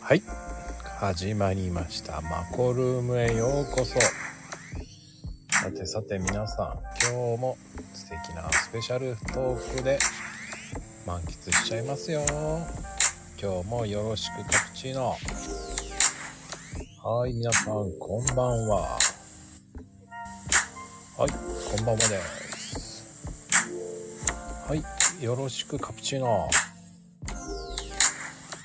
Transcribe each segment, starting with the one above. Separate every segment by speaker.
Speaker 1: はい始まりましたマコルームへようこそさてさて皆さん今日も素敵なスペシャルトークで満喫しちゃいますよ今日もよろしくカプチーノはい皆さんこんばんははいこんばんはですはいよろしくカプチーノは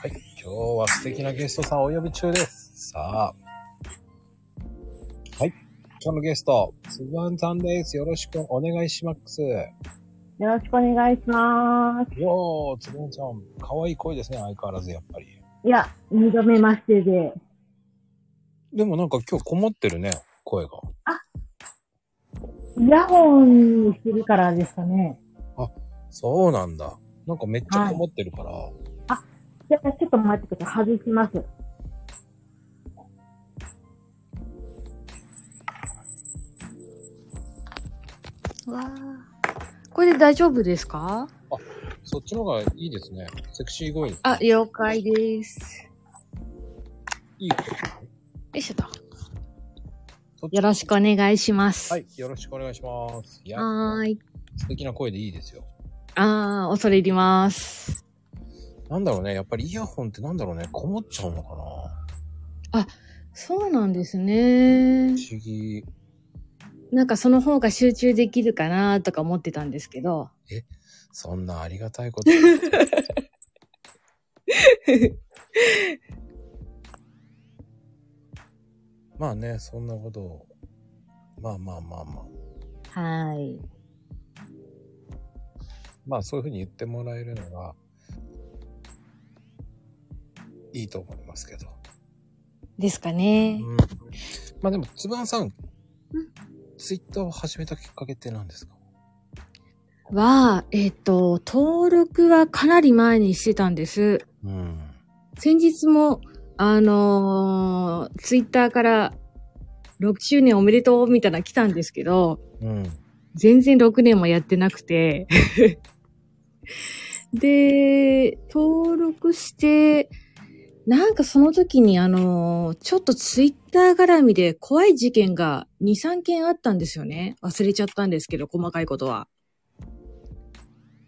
Speaker 1: い、今日は素敵なゲストさんをお呼び中です。さあ。はい、今日のゲスト、つぶあんさんです。よろしくお願いします。
Speaker 2: よろしくお願いします。
Speaker 1: よー、つぶあんちゃん、可愛い声ですね、相変わらずやっぱり。
Speaker 2: いや、二度目ましてで。
Speaker 1: でもなんか今日こもってるね、声が。
Speaker 2: イヤホンにするからですかね。
Speaker 1: そうなんだ。なんかめっちゃこもってるから。
Speaker 2: じゃあ、ちょっと待ってください。外します。
Speaker 3: わあ。これで大丈夫ですか
Speaker 1: そっちの方がいいですね。セクシー声です。
Speaker 3: あ、了解です。
Speaker 1: いい声ですね。
Speaker 3: よいしょと。
Speaker 1: そっち
Speaker 3: よろしくお願いします。
Speaker 1: はい、よろしくお願いします。いや、
Speaker 3: はーい。
Speaker 1: 素敵な声でいいですよ。
Speaker 3: あー、恐れ入ります。
Speaker 1: なんだろうね、やっぱりイヤホンってなんだろうね、こもっちゃうのかな。
Speaker 3: そうなんですね
Speaker 1: 不。思議。
Speaker 3: なんかその方が集中できるかなとか思ってたんですけ ど。
Speaker 1: そんなありがたいこと。 まあね、そんなことを。まあまあまあまあ。
Speaker 3: はい。
Speaker 1: まあそういうふうに言ってもらえるのが、いいと思いますけど。
Speaker 3: ですか
Speaker 1: う
Speaker 3: ね。
Speaker 1: ん、まあでも、つばんさん、ツイッターを始めたきっかけって何ですか
Speaker 3: は、えっ、と、登録はかなり前にしてたんです。
Speaker 1: うん。
Speaker 3: 先日も、あのー、ツイッターから6周年おめでとうみたいなの来たんですけど、
Speaker 1: うん。
Speaker 3: 全然6年もやってなくて。 で、登録して、なんかその時にあの、ちょっとツイッター絡みで怖い事件が2、3件あったんですよね。忘れちゃったんですけど、細かいことは。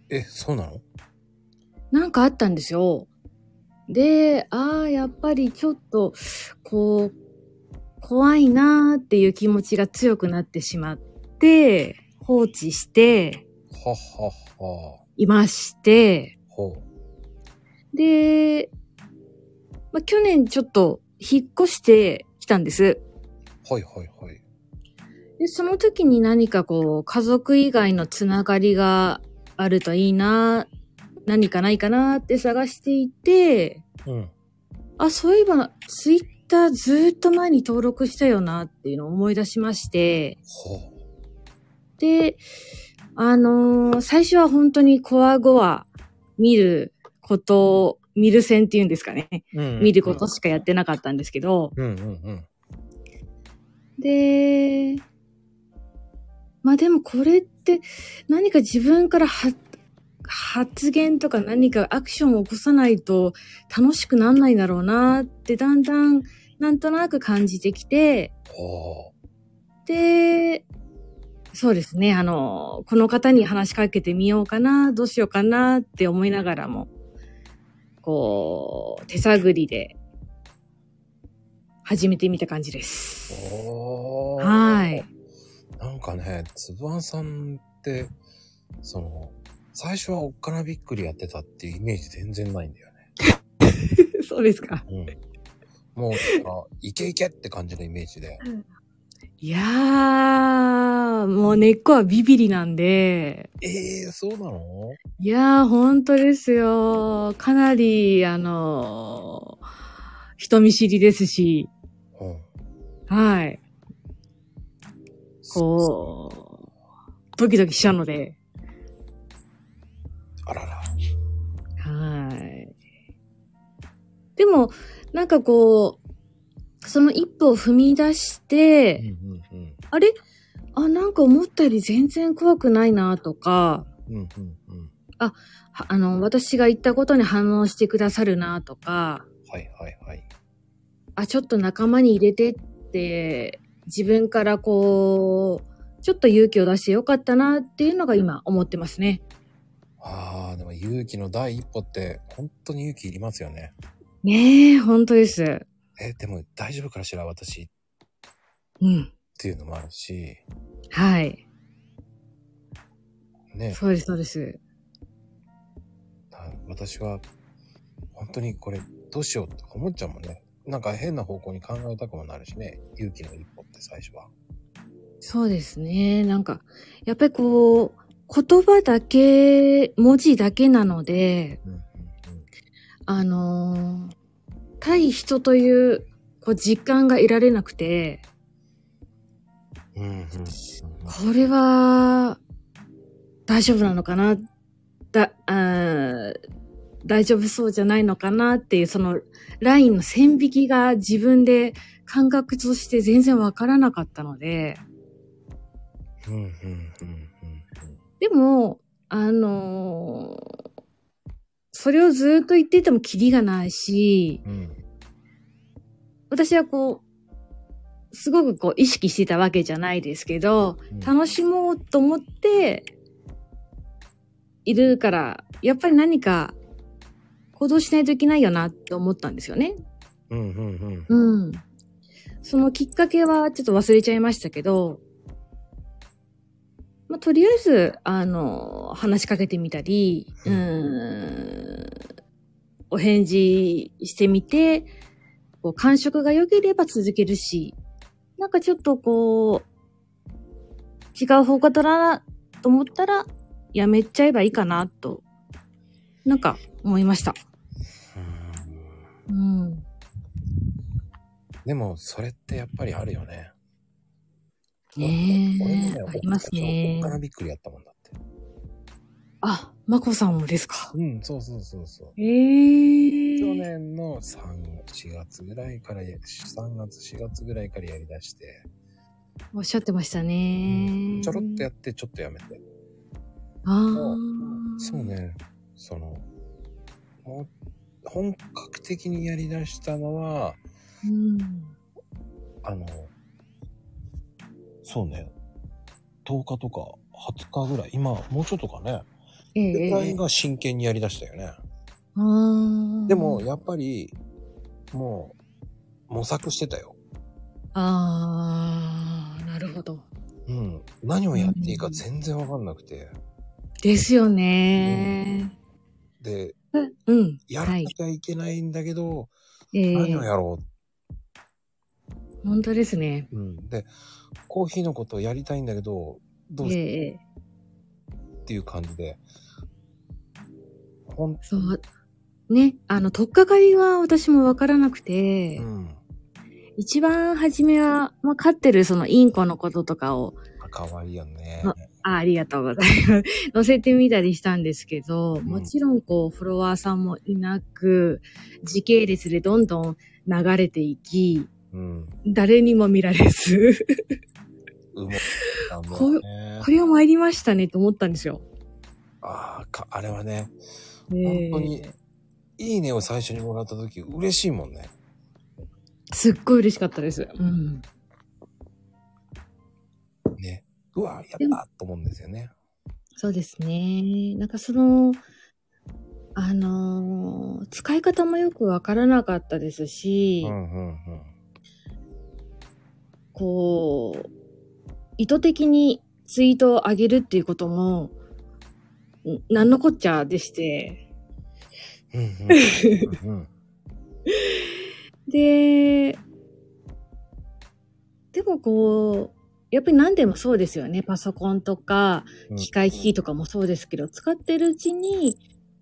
Speaker 1: え、そうなの
Speaker 3: なんかあったんですよ。で、ああ、やっぱりちょっと、こう、怖いなーっていう気持ちが強くなってしまって、放置して
Speaker 1: はっはっは。
Speaker 3: いまして、
Speaker 1: ほう。
Speaker 3: で、まあ、去年ちょっと引っ越してきたんです。
Speaker 1: はいはいはい。
Speaker 3: で、その時に何かこう、家族以外のつながりがあるといいな、何かないかなって探していて、
Speaker 1: うん。
Speaker 3: あ、そういえば、ツイッターずーっと前に登録したよなっていうのを思い出しまして、
Speaker 1: ほう。
Speaker 3: で、あのー最初は本当にコアゴア見ることを、見る線っていうんですかね。見
Speaker 1: 見
Speaker 3: ることしかやってなかったんですけど、
Speaker 1: うんうんうん。
Speaker 3: で、まあでもこれって何か自分からは発言とか何かアクションを起こさないと楽しくなんないだろうなってだんだんなんとなく感じてきて、
Speaker 1: ほ
Speaker 3: で、そうですね、あの、この方に話しかけてみようかな、どうしようかなって思いながらも、こう、手探りで始めてみた感じで
Speaker 1: う。
Speaker 3: す。
Speaker 1: ほう。
Speaker 3: はい。。
Speaker 1: なんかね、つぶあんさんって、その、最初はおっかなびっくりやってたっていうイメージ全然ないんだよね。
Speaker 3: そうですか。
Speaker 1: うん。もう、なんかイケイケって感じのイメージで。
Speaker 3: いやー、もう根っこはビビリなんで、
Speaker 1: ええー、そうなの
Speaker 3: いやー、本当ですよ。かなり、あのー人見知りですし、
Speaker 1: うん。
Speaker 3: はい、こう、ドキドキしちゃうので、
Speaker 1: あらら。
Speaker 3: はい。でも、なんかこう、その一歩を踏み出して、
Speaker 1: うんうん
Speaker 3: あれあ、なんか思ったより全然怖くないなとか、
Speaker 1: うん。うんうんうん。
Speaker 3: はあの、私が言ったことに反応してくださるなとか、
Speaker 1: はいはいはい。
Speaker 3: あ、ちょっと仲間に入れてって、自分からこう、ちょっと勇気を出してよかったなっていうのが今思ってますね。
Speaker 1: ああ、でも勇気の第一歩って、本当に勇気いりますよね。
Speaker 3: ねえ、本当です。
Speaker 1: え、でも大丈夫かしら、私っ
Speaker 3: うん。
Speaker 1: ていうのもあるし、
Speaker 3: はい。
Speaker 1: ね、
Speaker 3: そうです、そうです。
Speaker 1: はい私は、本当にこれ、どうしようって思っちゃうもんね。なんか変な方向に考えたくもなるしね、勇気の一歩って最初は。
Speaker 3: そうですね。なんか、やっぱりこう、言葉だけ、文字だけなので、
Speaker 1: うんうん
Speaker 3: あのー対人という、こう、実感が得られなくて、
Speaker 1: うん。うんうんうん
Speaker 3: これは、大丈夫なのかなだ、あー大丈夫そうじゃないのかなっていう、その、ラインの線引きが自分で感覚として全然わからなかったので、
Speaker 1: うんうんうんうんうん
Speaker 3: でも、あのーそれをずっと言っていてもキリがないし、
Speaker 1: うん
Speaker 3: 私はこう、すごくこう意識してたわけじゃないですけど、
Speaker 1: うん
Speaker 3: 楽しもうと思っているから、やっぱり何か行動しないといけないよなって思ったんですよね。
Speaker 1: うんうんうん。
Speaker 3: うん。そのきっかけはちょっと忘れちゃいましたけど、まあ、とりあえず、あの、話しかけてみたり、う
Speaker 1: うん
Speaker 3: ーん、お返事してみて、こう感触が良ければ続けるし、なんかちょっとこう、違う方向だなと思ったら、やめちゃえばいいかなと、なんか思いました。うん。
Speaker 1: でも、それってやっぱりあるよね。
Speaker 3: ねえ
Speaker 1: 俺もね
Speaker 3: ありますね
Speaker 1: おっかなびっくりやったもんだって。
Speaker 3: あ、まこさんもですか。
Speaker 1: うん、そうそうそうそう。
Speaker 3: ええ
Speaker 1: 去
Speaker 3: ー。
Speaker 1: 年の3、4月ぐらいからや、3月、4月ぐらいからやりだして、
Speaker 3: おっしゃってました
Speaker 1: うん
Speaker 3: ね。
Speaker 1: ちょろっとやって、ちょっとやめて。
Speaker 3: ああ。
Speaker 1: そう。ね、その、もう本格的にやりだしたのは、
Speaker 3: うん。
Speaker 1: あの、そうね、10日とか20日ぐらい、今、もうちょっとかね、
Speaker 3: え
Speaker 1: それ
Speaker 3: え
Speaker 1: ぐらいが真剣にやりだしたよね。
Speaker 3: ああ。
Speaker 1: でも、、やっぱり、もう、模索してたよ。
Speaker 3: ああ、なるほど。
Speaker 1: うん。何をやっていいか全然わかんなくて。
Speaker 3: ですよね。
Speaker 1: で、
Speaker 3: うん。うん、
Speaker 1: やら
Speaker 3: は。
Speaker 1: ないきゃいけないんだけど、
Speaker 3: ええ
Speaker 1: 何をやろ
Speaker 3: 本当ですね。
Speaker 1: う、うん。で、コーヒーのことをやりたいんだけど、どう
Speaker 3: え
Speaker 1: し
Speaker 3: え
Speaker 1: っていう感じで。ほん、
Speaker 3: そう。ね、あの、とっかかりは私もわからなくて、
Speaker 1: うん。
Speaker 3: 一番初めは、まあ、飼ってるそのインコのこととかを、
Speaker 1: かわいいよね。
Speaker 3: ああありがとうございます。 載せてみたりしたんですけど、もちろんこう、フォロワーさんもいなく、時系列でどんどん流れていき、
Speaker 1: うん。
Speaker 3: 誰にも見られず、
Speaker 1: うまあも
Speaker 3: こ
Speaker 1: う
Speaker 3: う
Speaker 1: ね。
Speaker 3: これは参りましたねと思ったんですよ。
Speaker 1: ああ、か、あれはね、
Speaker 3: ねえ
Speaker 1: 本当にいいねを最初にもらった時嬉しいもんね。
Speaker 3: すっごい嬉しかったです。うん。
Speaker 1: ね。うわ、やったと思うんですよね。
Speaker 3: そうですね。なんかその、あのー使い方もよくわからなかったですし、
Speaker 1: うんうん
Speaker 3: こう、意図的にツイートを上げるっていうことも、んなんのこっちゃでして。
Speaker 1: うん。うんうん。うん
Speaker 3: で、でもこう、やっぱり何でもそうですよね。パソコンとか
Speaker 1: う、ん
Speaker 3: 機械機器とかもそうですけど、使ってるうちに、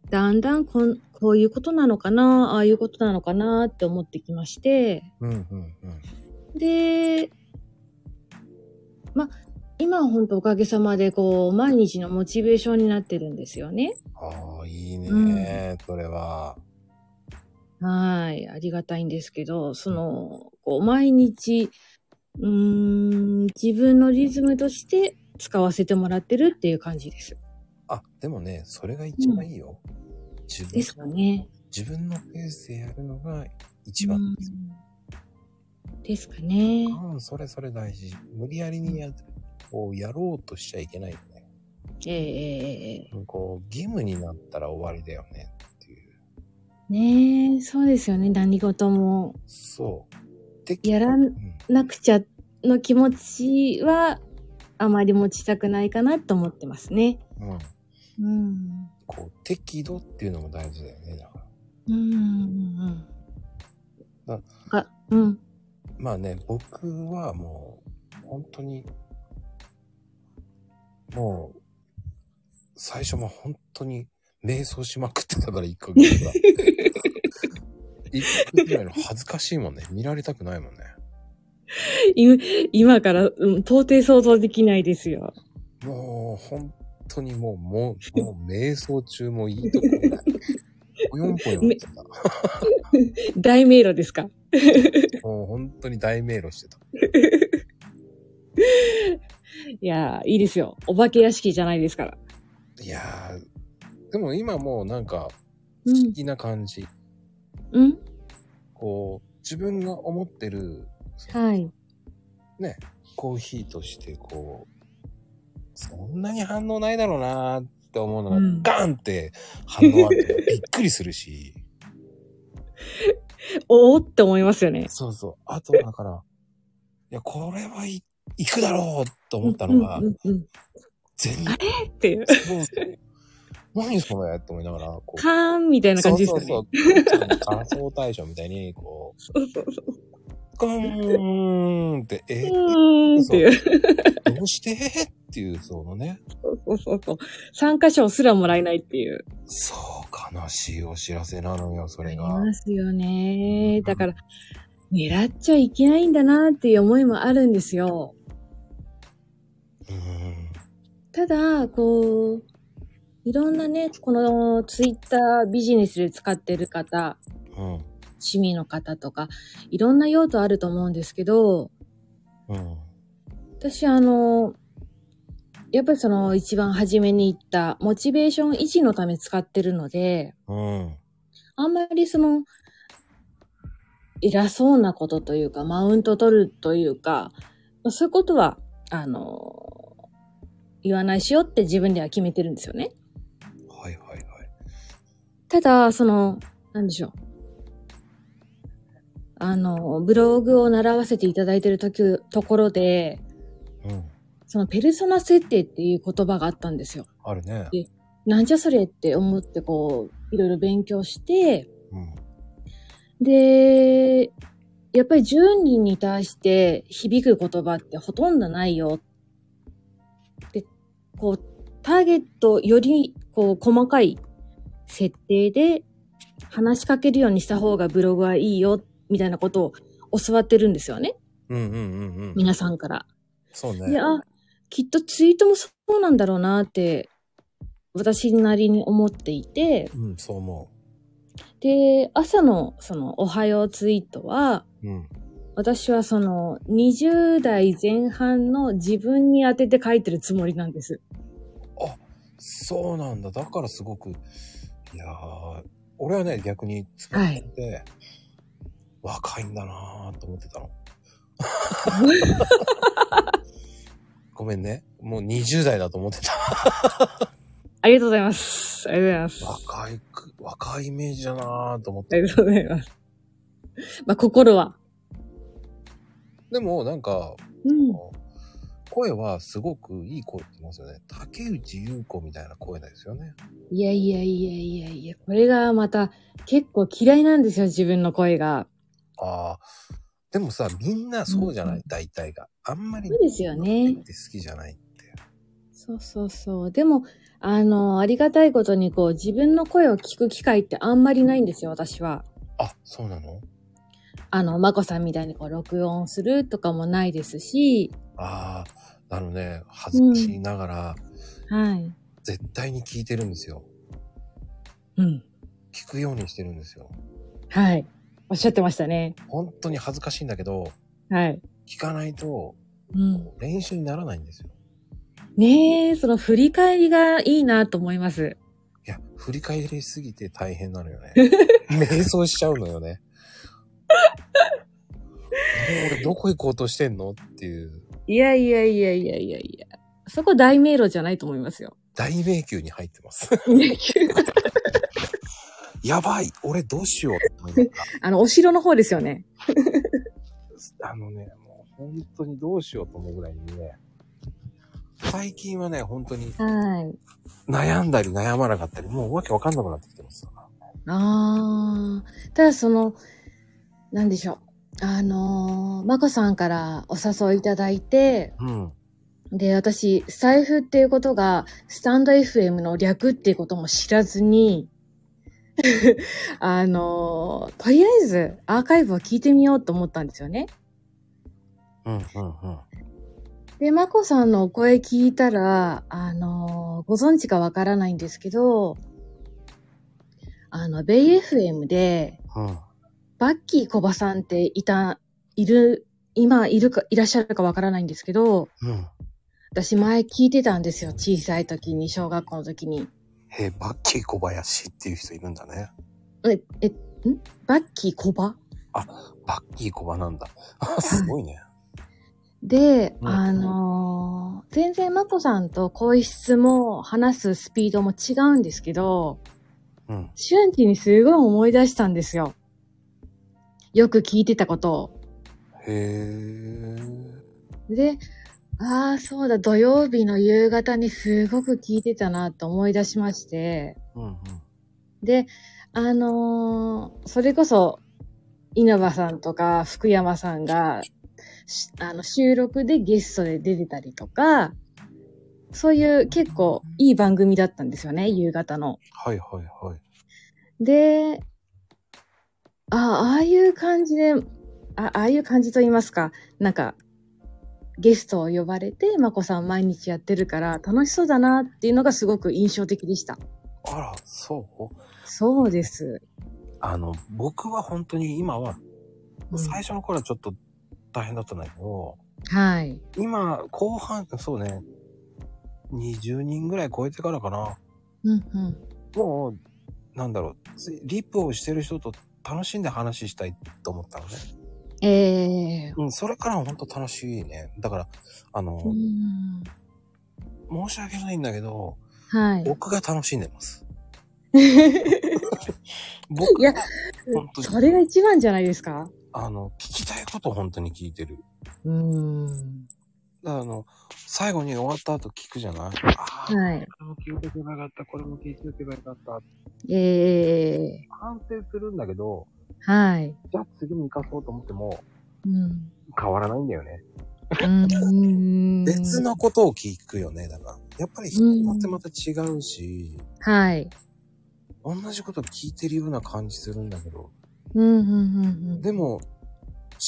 Speaker 3: だんだんこんこういうことなのかな、ああいうことなのかなって思ってきまして、
Speaker 1: うんうんうん。
Speaker 3: で、ま、今は本当おかげさまでこう、毎日のモチベーションになってるんですよね。
Speaker 1: ああ、いいね、
Speaker 3: う
Speaker 1: それは。
Speaker 3: はい。ありがたいんですけど、その、こう、毎日、うーん、自分のリズムとして使わせてもらってるっていう感じです。
Speaker 1: あ、でもね、それが一番いいよ。自分
Speaker 3: ですかね。
Speaker 1: 自分のペースでやるのが一番です。
Speaker 3: うんですかね。
Speaker 1: うん、それそれ大事。無理やりにや、こう、やろうとしちゃいけないよね。
Speaker 3: えええええ
Speaker 1: こう、義務になったら終わりだよねっていう。
Speaker 3: えねえ、そうですよね。何事も。
Speaker 1: そう。で
Speaker 3: やら
Speaker 1: うんん、
Speaker 3: なくちゃの気持ちは、あまり持ちたくないかなと思ってますね。
Speaker 1: うん。
Speaker 3: うん。
Speaker 1: こう、適度っていうのも大事だよね。だから。
Speaker 3: うんうんう
Speaker 1: あ
Speaker 3: ん。あ、うん。
Speaker 1: まあね、僕はもう、本当に、もう、最初も本当に、瞑想しまくってたから、1ヶ月は。1ヶ月ぐらいの恥ずかしいもんね。見られたくないもんね。
Speaker 3: い今から、うん、到底想像できないですよ。
Speaker 1: もう、本当にもう、もう、もう、瞑想中もいいとこない。ぽよんぽよんしてた。
Speaker 3: 大迷路ですか
Speaker 1: もう本当に大迷路してた。
Speaker 3: いやー、いいですよ。お化け屋敷じゃないですから。
Speaker 1: いやー、でも今もうなんか、
Speaker 3: う
Speaker 1: 不
Speaker 3: ん
Speaker 1: 思議な感じ。
Speaker 3: うん
Speaker 1: こう、自分が思ってる、
Speaker 3: はい。
Speaker 1: ね、コーヒーとして、こう、そんなに反応ないだろうなーって思うのが、
Speaker 3: うん
Speaker 1: ガンって反応あるとびっくりするし、
Speaker 3: おおって思いますよね。
Speaker 1: そうそう。あと、だから、いや、これはい、行くだろうと思ったのが
Speaker 3: うん、うんうん
Speaker 1: 全
Speaker 3: あれっていう。
Speaker 1: 然、そう何それって思いながら、こう、
Speaker 3: カーンみたいな感じです
Speaker 1: そ
Speaker 3: か
Speaker 1: う
Speaker 3: ね。
Speaker 1: そうそう。仮想対象みたいに、こう、
Speaker 3: そうそうそう。
Speaker 1: ガーンって、え、
Speaker 3: うーんっていう。
Speaker 1: どうしてっていう、そのね、
Speaker 3: そうそうそうそう。参加賞すらもらえないっていう。
Speaker 1: そう、悲しいお知らせなのよ、そ
Speaker 3: あ
Speaker 1: れ
Speaker 3: り
Speaker 1: が。
Speaker 3: ますよ
Speaker 1: う
Speaker 3: ね
Speaker 1: ん。
Speaker 3: だから、狙っちゃいけないんだなっていう思いもあるんですよ。
Speaker 1: うん。
Speaker 3: ただ、こう、いろんなね、このツイッタービジネスで使ってる方、
Speaker 1: うん。
Speaker 3: 趣味の方とか、いろんな用途あると思うんですけど、
Speaker 1: うん。
Speaker 3: 私あの、やっぱりその一番初めに言った、モチベーション維持のため使ってるので、
Speaker 1: うん。
Speaker 3: あんまりその、偉そうなことというか、マウント取るというか、まあそういうことは、あの、言わないしようって自分では決めてるんですよね。
Speaker 1: はいはいはい。
Speaker 3: ただ、その、なんでしょう。あの、ブログを習わせていただいてるとき、ところで、
Speaker 1: うん。
Speaker 3: そのペルソナ設定っていう言葉があったんですよ。
Speaker 1: あるね。
Speaker 3: なんじゃそれって思ってこう、いろいろ勉強して、
Speaker 1: うん。
Speaker 3: で、やっぱり10人に対して響く言葉ってほとんどないよ。で、こう、ターゲットより、こう、細かい設定で話しかけるようにした方がブログはいいよ、みたいなことを教わってるんですよね。
Speaker 1: うんうんうんうん。
Speaker 3: 皆さんから。
Speaker 1: そうね。
Speaker 3: で、あ、きっとツイートもそうなんだろうなって、私なりに思っていて、
Speaker 1: うん、そう思
Speaker 3: で、朝のその、おはようツイートは、
Speaker 1: う。うん。
Speaker 3: 私はその20代前半の自分に当てて書いてるつもりなんです。
Speaker 1: そうなんだ。だからすごく、いやー、俺はね、逆に、つぶってて、若いんだなーと思ってたの。ごめんね。もう20代だと思ってた。
Speaker 3: ありがとうございます。ありがとうございます。
Speaker 1: 若いく、若いイメージだなーと思って
Speaker 3: ありがとうございます。まあ、心は。
Speaker 1: でも、なんか、
Speaker 3: うん。
Speaker 1: 声はすごくいい声って言いますよね。竹内優子みたいな声なんですよね。
Speaker 3: いやいやいやいやいや、これがまた結構嫌いなんですよ、自分の声が。
Speaker 1: ああ。でもさ、みんなそうじゃない、大体が。あんまり、
Speaker 3: そうですよね
Speaker 1: っ。て好きじゃないって。
Speaker 3: そうそうそう。でも、あの、ありがたいことにこう、自分の声を聞く機会ってあんまりないんですよ、私は。
Speaker 1: あ、そうなの
Speaker 3: あの、まこさんみたいにこう、録音するとかもないですし、
Speaker 1: ああ、あのね、恥ずかしいながら、
Speaker 3: はい。
Speaker 1: 絶対に聞いてるんですよ。
Speaker 3: うん。
Speaker 1: 聞くようにしてるんですよ。
Speaker 3: はい。おっしゃってましたね。
Speaker 1: 本当に恥ずかしいんだけど、
Speaker 3: はい。
Speaker 1: 聞かないと
Speaker 3: うん。
Speaker 1: 練習にならないんですよ。
Speaker 3: ねえ、その振り返りがいいなと思います。
Speaker 1: いや、振り返りすぎて大変なのよね。瞑想しちゃうのよね。 あれ俺どこ行こうとしてんのっていう、
Speaker 3: いやいやいやいやいやいや。そこ大迷路じゃないと思いますよ。
Speaker 1: 大迷宮に入ってます。 やばい俺どうしようって思いながら
Speaker 3: あの、お城の方ですよね。
Speaker 1: あのね、もう本当にどうしようと思うぐらいにね、最近はね、本当に
Speaker 3: はい。
Speaker 1: 悩んだり悩まなかったり、もうわけわかんなくなってきてますから。
Speaker 3: あー。ただその、なんでしょう。あのー、まこさんからお誘いいただいて、
Speaker 1: うん。
Speaker 3: で、私、スタイフっていうことが、スタンド FM の略っていうことも知らずに、 あのー、とりあえずアーカイブを聞いてみようと思ったんですよね。
Speaker 1: うん、うん、うん。
Speaker 3: で、まこさんのお声聞いたら、あのー、ご存知かわからないんですけど、あの、ベイ FM で、
Speaker 1: うん。
Speaker 3: バッキーコバさんっていた、いる、今いるか、いらっしゃるかわからないんですけど、
Speaker 1: うん。
Speaker 3: 私前聞いてたんですよ。小さい時に、小学校の時に。
Speaker 1: へえ、バッキー小林っていう人いるんだね。
Speaker 3: え、え、んバッキーコバ
Speaker 1: バッキー小林なんだ。あ、すごいね。
Speaker 3: で、
Speaker 1: うん
Speaker 3: あのー全然マコさんと声質も話すスピードも違うんですけど、
Speaker 1: うん。
Speaker 3: 瞬時にすごい思い出したんですよ。よく聞いてたことを。
Speaker 1: へえ。
Speaker 3: で、ああ、そうだ、土曜日の夕方にすごく聞いてたなと思い出しまして、
Speaker 1: うん、うん。
Speaker 3: で、あのーそれこそ、稲葉さんとか福山さんが、しあの、収録でゲストで出てたりとか、そういう結構いい番組だったんですよね、夕方の。
Speaker 1: はい、はい、はい。
Speaker 3: で、ああ、あいう感じで、あああいう感じと言いますか、なんか、ゲストを呼ばれて、まこさん毎日やってるから、楽しそうだなっていうのがすごく印象的でした。
Speaker 1: あら、そう
Speaker 3: そうです。
Speaker 1: あの、僕は本当に今は、
Speaker 3: うん
Speaker 1: 最初の頃はちょっと大変だったんだけど、
Speaker 3: はい。
Speaker 1: 今、後半、そうね、20人ぐらい超えてからかな。
Speaker 3: うんうん。
Speaker 1: もう、なんだろう、ついリップをしてる人と楽しんで話したいと思ったのね。
Speaker 3: ええ
Speaker 1: うん、それからは本当楽しいね。だから、あの、
Speaker 3: うん
Speaker 1: 申し訳ないんだけど、
Speaker 3: はい。
Speaker 1: 僕が楽しんで ます。
Speaker 3: い
Speaker 1: 僕
Speaker 3: や
Speaker 1: が、本当に、
Speaker 3: それが一番じゃないですか
Speaker 1: あの、聞きたいことを本当に聞いてる。
Speaker 3: うん。
Speaker 1: だからあの、最後に終わった後聞くじゃないああ、
Speaker 3: はい。
Speaker 1: これも聞いておけばよかった、これも聞いておけばよかった。
Speaker 3: ええ
Speaker 1: 反省するんだけど、
Speaker 3: はい。
Speaker 1: じゃあ次に生かそうと思っても
Speaker 3: うん。
Speaker 1: 変わらないんだよね。
Speaker 3: うん
Speaker 1: 別。のことを聞くよね、だから。やっぱり人によってまた違うし、
Speaker 3: はい。
Speaker 1: 同じこと聞いてるような感じするんだけど、
Speaker 3: うんうんうん
Speaker 1: でも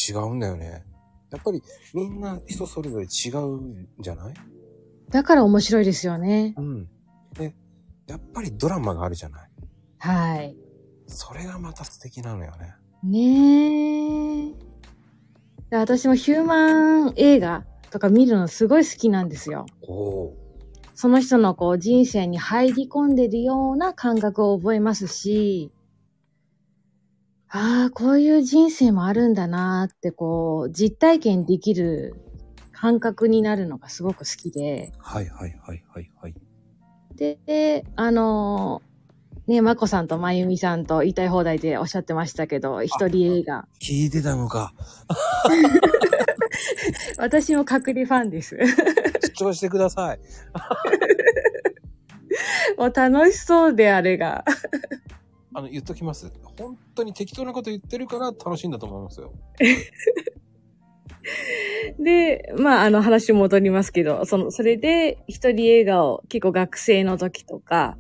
Speaker 1: 違うんだよね。やっぱりみんな人それぞれ違うんじゃない
Speaker 3: うん。だから面白いですよね。
Speaker 1: うん。で、やっぱりドラマがあるじゃない
Speaker 3: はい。
Speaker 1: それがまた素敵なのよね。
Speaker 3: ねえ。で私もヒューマン映画とか見るのすごい好きなんですよ。
Speaker 1: おお
Speaker 3: その人のこう人生に入り込んでるような感覚を覚えますし、ああ、こういう人生もあるんだなーってこう、実体験できる感覚になるのがすごく好きで、
Speaker 1: ー。はいはいはいはいはい。
Speaker 3: で、あのーね、まこさんとまゆみさんと言いたい放題でおっしゃってましたけど、一人映画。
Speaker 1: 聞いてたのか。
Speaker 3: 私も隔離ファンです。
Speaker 1: 主張してください。
Speaker 3: もう楽しそうで、あれが。
Speaker 1: あの、言っときます。本当に適当なこと言ってるから楽しいんだと思いますよ。
Speaker 3: で、まあ、あの話戻りますけど、その、それで一人映画を結構学生の時とか、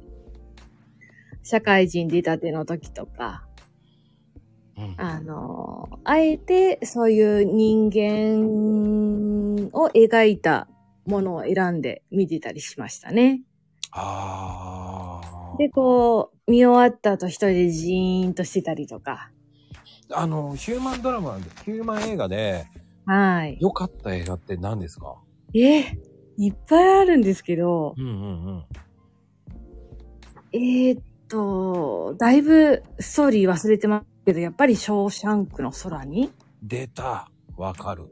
Speaker 3: 社会人出たての時とか、
Speaker 1: うん
Speaker 3: あの、あえてそういう人間を描いたものを選んで見てたりしましたね。
Speaker 1: ああ。
Speaker 3: で、こう、見終わった後一人でジーンとしてたりとか。
Speaker 1: あの、ヒューマンドラマ、ヒューマン映画で
Speaker 3: はい。
Speaker 1: 良かった映画って何ですか
Speaker 3: え、いっぱいあるんですけど、
Speaker 1: うんうんうん。
Speaker 3: えーっと、だいぶストーリー忘れてますけど、やっぱりショーシャンクの空に
Speaker 1: 出た。わかる。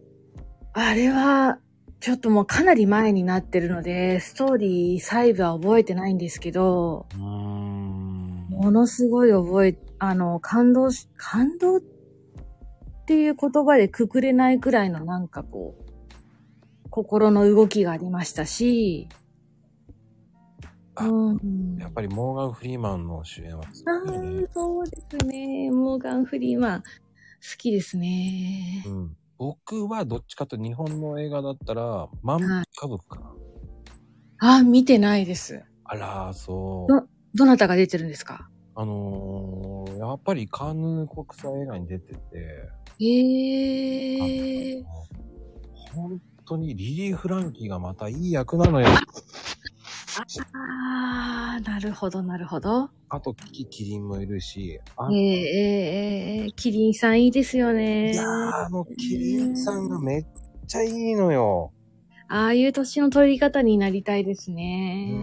Speaker 3: あれは、ちょっともうかなり前になってるので、ストーリー細部は覚えてないんですけど、
Speaker 1: うーん。
Speaker 3: ものすごい覚え、あの、感動し、感動っていう言葉でくくれないくらいのなんかこう、心の動きがありましたし、
Speaker 1: あ
Speaker 3: うん
Speaker 1: やっぱりモーガン・フリーマンの主演はす
Speaker 3: あ
Speaker 1: ごいね
Speaker 3: あ、そうですね。モーガン・フリーマン、好きですね
Speaker 1: う。ん。僕はどっちかと日本の映画だったら、万引き家族かな。
Speaker 3: ああ、見てないです。
Speaker 1: あら、そう。
Speaker 3: どどなたが出てるんですか
Speaker 1: あのー、やっぱりカンヌ国際映画に出てて、
Speaker 3: ええ
Speaker 1: 本当にリリー・フランキーがまたいい役なのよ。
Speaker 3: ああ、なるほど、なるほど。
Speaker 1: あと、キキキリンもいるし、あ
Speaker 3: ええええええキリンさんいいですよね。
Speaker 1: いやーあのキリンさんがめっちゃいいのよ。
Speaker 3: ああいう年の取り方になりたいですね。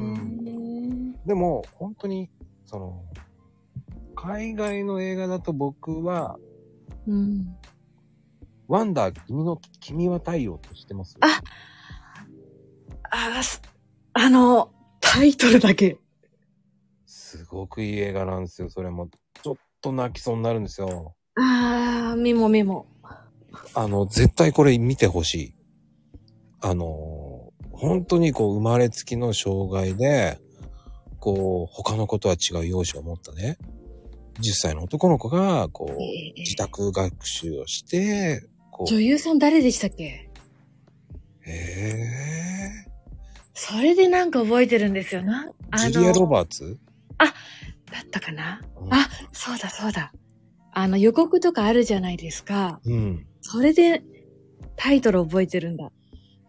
Speaker 1: でも、本当に、その、海外の映画だと僕は、
Speaker 3: うん。
Speaker 1: ワンダー、君の、君は太陽って知ってます
Speaker 3: あああ、すあの、タイトルだけ。
Speaker 1: すごくいい映画なんですよ、それも。ちょっと泣きそうになるんですよ。
Speaker 3: ああ、メモメモ。
Speaker 1: あの、絶対これ見てほしい。あのー、本当にこう、生まれつきの障害で、こう、他の子とは違う容姿を持ったね、10歳の男の子が、こう、
Speaker 3: ええ
Speaker 1: 自宅学習をして、こ
Speaker 3: 女
Speaker 1: う、
Speaker 3: 優さん誰でしたっけ
Speaker 1: え
Speaker 3: それでなんか覚えてるんですよな。
Speaker 1: ぇ、
Speaker 3: あ
Speaker 1: ジュリア・ロ
Speaker 3: の、
Speaker 1: バーツ
Speaker 3: だったかな
Speaker 1: うん
Speaker 3: あ、そうだそうだ。あの、予告とかあるじゃないですか。
Speaker 1: うん。
Speaker 3: それでタイトル覚えてるんだ。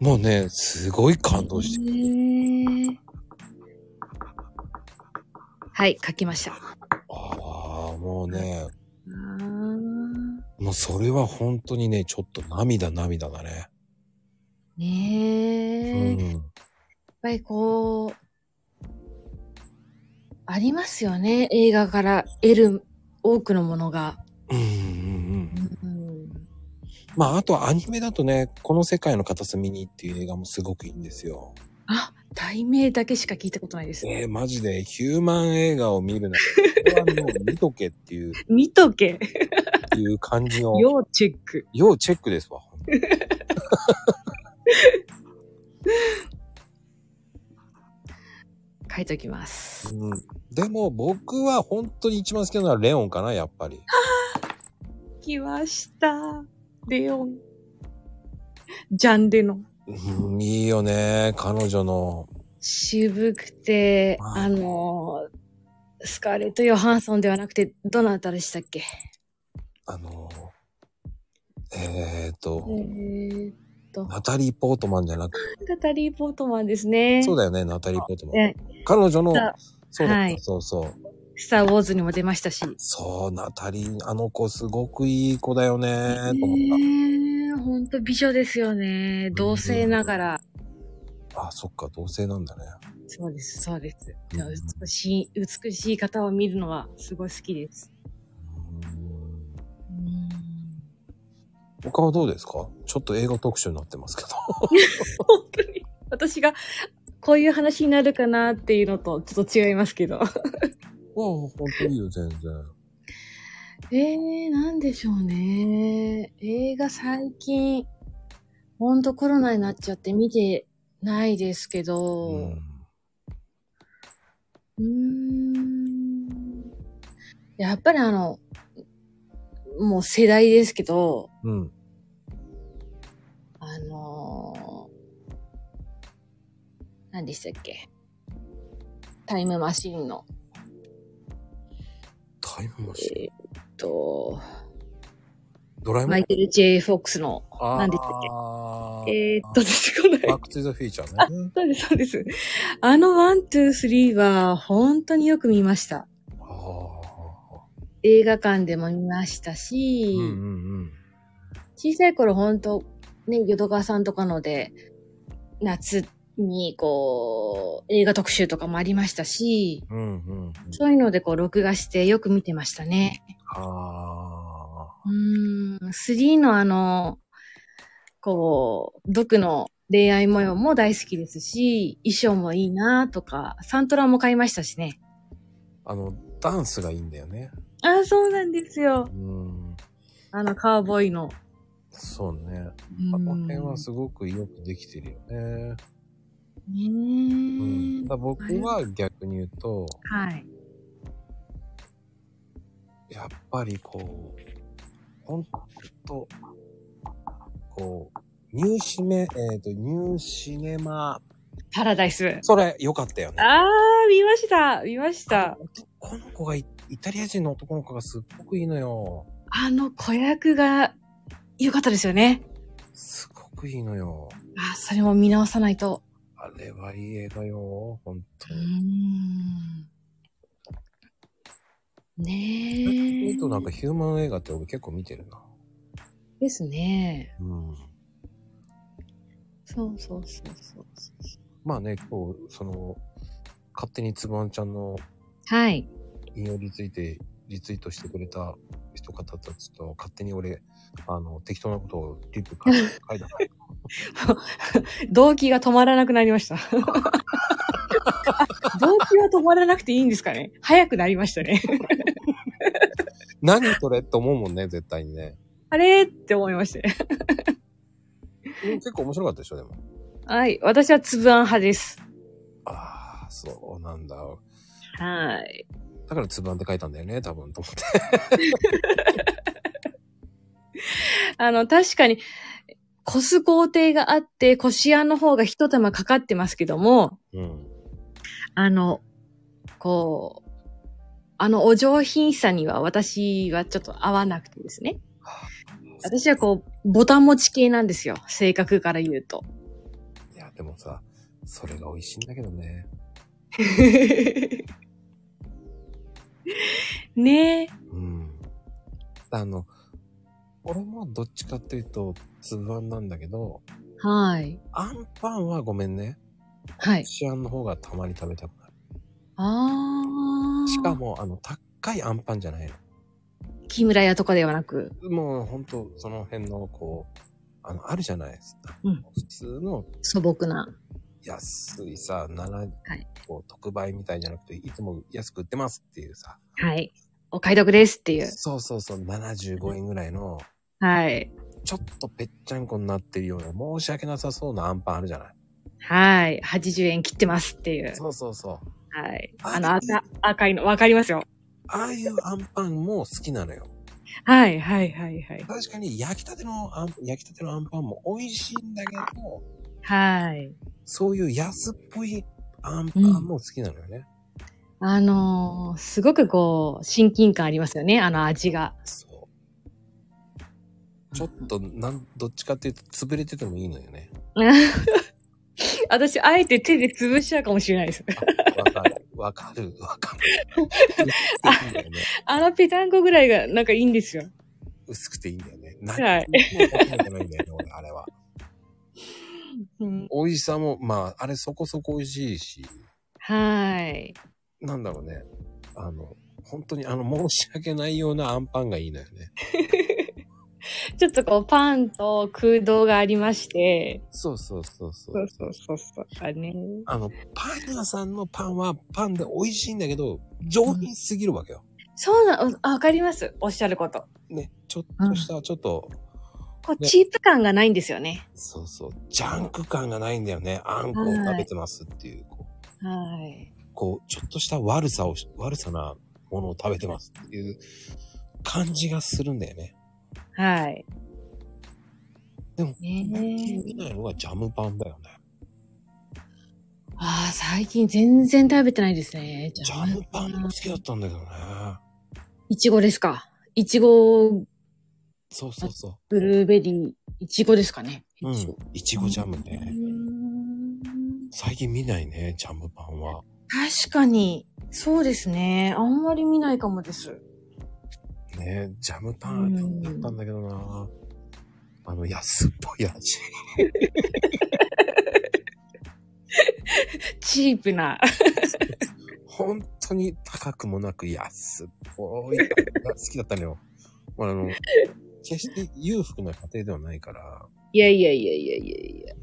Speaker 1: もうね、すごい感動して。
Speaker 3: へーはい、書きました。
Speaker 1: ああ、もうね、
Speaker 3: あー
Speaker 1: もうそれは本当にね、ちょっと涙涙だね。
Speaker 3: ねえ、
Speaker 1: う
Speaker 3: やっ
Speaker 1: ん。
Speaker 3: ぱりこう、ありますよね。映画から得る多くのものが。
Speaker 1: うんうんうん。
Speaker 3: うん
Speaker 1: まあ、あとアニメだとね、この世界の片隅にっていう映画もすごくいいんですよ。
Speaker 3: あ、題名だけしか聞いたことないです。
Speaker 1: えー、マジでヒューマン映画を見るなら、これはもう見とけっていう、
Speaker 3: 見とけ。
Speaker 1: っていう感じの、
Speaker 3: 要チェック。
Speaker 1: 要チェックですわ。ほんと
Speaker 3: 書いときます。
Speaker 1: うん、でも僕は本当に一番好きなのはレオンかな、やっぱり。
Speaker 3: 来ました。レオン。ジャンデの。
Speaker 1: うん、いいよね、彼女の。
Speaker 3: 渋くて、
Speaker 1: はい
Speaker 3: あのー、スカーレット・ヨハンソンではなくて、どなたでしたっけ
Speaker 1: あの、えー、っと、
Speaker 3: えー、
Speaker 1: ナタリー・ポートマンじゃなく
Speaker 3: ナタリー・ポートマンですね。
Speaker 1: そうだよね、ナタリー・ポートマン
Speaker 3: ね。
Speaker 1: 彼女の
Speaker 3: そう、
Speaker 1: そうだ、
Speaker 3: はい
Speaker 1: そうそう。
Speaker 3: スター・ウォーズにも出ましたし。
Speaker 1: そう、ナタリー、あの子すごくいい子だよね
Speaker 3: え、
Speaker 1: と思っ
Speaker 3: ー、ほんと美女ですよね。同性ながら。
Speaker 1: た。あ、そっか、同性なんだね。
Speaker 3: そうです、そうです。
Speaker 1: うん
Speaker 3: でも美しい、美しい方を見るのはすごい好きです。
Speaker 1: うん
Speaker 3: うん
Speaker 1: 他はどうですかちょっと映画特集になってますけ ど。
Speaker 3: 本当に。私が、こういう話になるかなっていうのとちょっと違いますけど。
Speaker 1: うん、本当いいよ、全然。
Speaker 3: えー、なんでしょうね。映画最近、ほんとコロナになっちゃって見てないですけど、
Speaker 1: う
Speaker 3: うんーん。やっぱりあの、もう世代ですけど、
Speaker 1: うん。
Speaker 3: あのー、何でしたっけタイムマシーンの、
Speaker 1: タイムマシン。
Speaker 3: えーっと、
Speaker 1: ドラえも
Speaker 3: マ
Speaker 1: ん
Speaker 3: イ。ケル・ J ・フォックスの、
Speaker 1: あー
Speaker 3: 何でしたっえーっと、出てこない。
Speaker 1: バックトゥザフィーチャーね。
Speaker 3: そうです、そうです。あの、ワン、ツー、スリーは、本当によく見ました。
Speaker 1: ああ。
Speaker 3: 映画館でも見ましたし、
Speaker 1: うんうんうん。
Speaker 3: 小さい頃、本当ね、淀川さんとかので、夏に、こう、映画特集とかもありましたし、
Speaker 1: うんうん。
Speaker 3: そういうのでこう、録画してよく見てましたね。
Speaker 1: ああ。
Speaker 3: うーん、3のあの、こう、毒の恋愛模様も大好きですし、衣装もいいなとか、サントラも買いましたしね。
Speaker 1: あの、ダンスがいいんだよね。
Speaker 3: ああ、そうなんですよ
Speaker 1: う。ん。
Speaker 3: あの、カウボーイの。
Speaker 1: そうね。
Speaker 3: う
Speaker 1: あ
Speaker 3: ん
Speaker 1: の辺はすごくよくできてるよね。
Speaker 3: ねえ、
Speaker 1: うん。だから僕は逆に言うと、
Speaker 3: はい。
Speaker 1: やっぱりこう、ほんと、こう、ニューシメ、えっ、と、ニューシネマ、
Speaker 3: パラダイス。
Speaker 1: それ良かったよね。
Speaker 3: ああ、見ました。見ました。
Speaker 1: 男の子がい、イタリア人の男の子がすっごくいいのよ。
Speaker 3: あの子役が良かったですよね。
Speaker 1: すごくいいのよ。
Speaker 3: あーそれも見直さないと。
Speaker 1: あれはいい映画よ、ほんと
Speaker 3: うー
Speaker 1: に。
Speaker 3: ん。ね
Speaker 1: えっと、なん
Speaker 3: え。
Speaker 1: かヒューマン映画って俺結構見てるな。
Speaker 3: ですね。
Speaker 1: うん。
Speaker 3: そうそうそうそうそう。
Speaker 1: まあね、今日、その、勝手につぶあんちゃんの
Speaker 3: はい。
Speaker 1: 引用について、リツイートしてくれた人方たちと、勝手に俺、あの、適当なことをリップ書い書い たから。
Speaker 3: 動機が止まらなくなりました。 動機は止まらなくていいんですかね早くなりましたね。
Speaker 1: 何それって思うもんね、絶対にね。
Speaker 3: あれって思いましたね。
Speaker 1: でも結構面白かったでしょ、でも。
Speaker 3: はい。私はつぶあん派です。
Speaker 1: ああ、そうなんだ。
Speaker 3: はい。
Speaker 1: だからつぶあんって書いたんだよね、多分、と思って。
Speaker 3: あの、確かに、こす工程があって、こしあんの方が一手間かかってますけども、
Speaker 1: うん。
Speaker 3: あの、こう、あのお上品さには私はちょっと合わなくてですね。私はこう、ボタン持ち系なんですよ。性格から言うと。
Speaker 1: い や、でもさ、それが美味しいんだけどね。
Speaker 3: ねえ。
Speaker 1: うん。あの、俺もどっちかっていうと、つぶあんなんだけど、
Speaker 3: はい。
Speaker 1: あんパンはごめんね。
Speaker 3: はい。
Speaker 1: シアンの方がたまに食べたくなる。
Speaker 3: ああ。
Speaker 1: しか。も、あの、高いあんパンじゃない
Speaker 3: 木村屋とかではなく。
Speaker 1: の。もう、ほんと、その辺の、こう、あの、あるじゃないですか。
Speaker 3: うん
Speaker 1: 普通の
Speaker 3: 素朴な。
Speaker 1: 安いさ、7、
Speaker 3: はい
Speaker 1: こう、特売みたいじゃなくて、いつも安く売ってますっていうさ。
Speaker 3: はい。お買い得ですっていう。
Speaker 1: そうそうそう、75円ぐらいの、
Speaker 3: はい。
Speaker 1: ちょっとぺっちゃんこになってるような、申し訳なさそうなあんパンあるじゃない。
Speaker 3: はい。80円切ってますっていう。
Speaker 1: そうそうそう。
Speaker 3: はい。
Speaker 1: あ
Speaker 3: あの、赤、赤いの、わかりますよ。
Speaker 1: ああいうあんパンも好きなのよ。
Speaker 3: はい、はい、はい、はい。
Speaker 1: 確かに焼きたてのあん、焼きたてのあんパンも美味しいんだけど、
Speaker 3: はい。
Speaker 1: そういう安っぽいあんパンも好きなのよね。
Speaker 3: あのーすごくこう、親近感ありますよね、あの味が。
Speaker 1: そう。ちょっと、なん、どっちかっていうと、潰れててもいいのよね。
Speaker 3: 私、あえて手で潰しちゃうかもしれないです。
Speaker 1: わかる、わかる、わかる。薄くていいんだよね。
Speaker 3: あのペタンコぐらいがなんかいいんですよ。
Speaker 1: 薄くていいんだよね。
Speaker 3: はい
Speaker 1: 何もかけないんだよね、俺、あれは。
Speaker 3: うん、
Speaker 1: 美味しさも、まあ、あれそこそこ美味しいし、
Speaker 3: はい。
Speaker 1: なんだろうね。あの、本当にあの、申し訳ないようなあんパンがいいのよね。
Speaker 3: ちょっとこう、パンと空洞がありまして。
Speaker 1: そうそうそうそう。
Speaker 3: そうそうそうそう。あね。
Speaker 1: あの、パン屋さんのパンはパンで美味しいんだけど、上品すぎるわけよ。
Speaker 3: そうな、あわかります。おっしゃること。
Speaker 1: ね、ちょっとした、ちょっと、
Speaker 3: こう、
Speaker 1: ね
Speaker 3: チープ感がないんですよね。
Speaker 1: そうそう、ジャンク感がないんだよね。あんこを食べてますっていう、こ
Speaker 3: はい。
Speaker 1: う、こうちょっとした悪さをし、悪さなものを食べてますっていう感じがするんだよね。
Speaker 3: はい。
Speaker 1: でも
Speaker 3: ね
Speaker 1: 見ないのがジャムパンだよね。
Speaker 3: ああ、最近全然食べてないですね。
Speaker 1: ジャムパンも好きだったんだけどね。
Speaker 3: いちごですか。いちご、
Speaker 1: そうそうそ
Speaker 3: ブルーベリー、いちごですかね。
Speaker 1: う。うん。いちごジャム
Speaker 3: う
Speaker 1: ね。
Speaker 3: ん
Speaker 1: 最近見ないね、ジャムパンは。
Speaker 3: 確かに、そうですね。あんまり見ないかもです。
Speaker 1: ねジャムパンだったんだけどな。あの、安っぽい味。
Speaker 3: チープな。
Speaker 1: 本当に高くもなく安っぽいが好きだったのよ。まあ、あの、決して裕福な家庭ではないから、
Speaker 3: いやいやいやいやいやいや。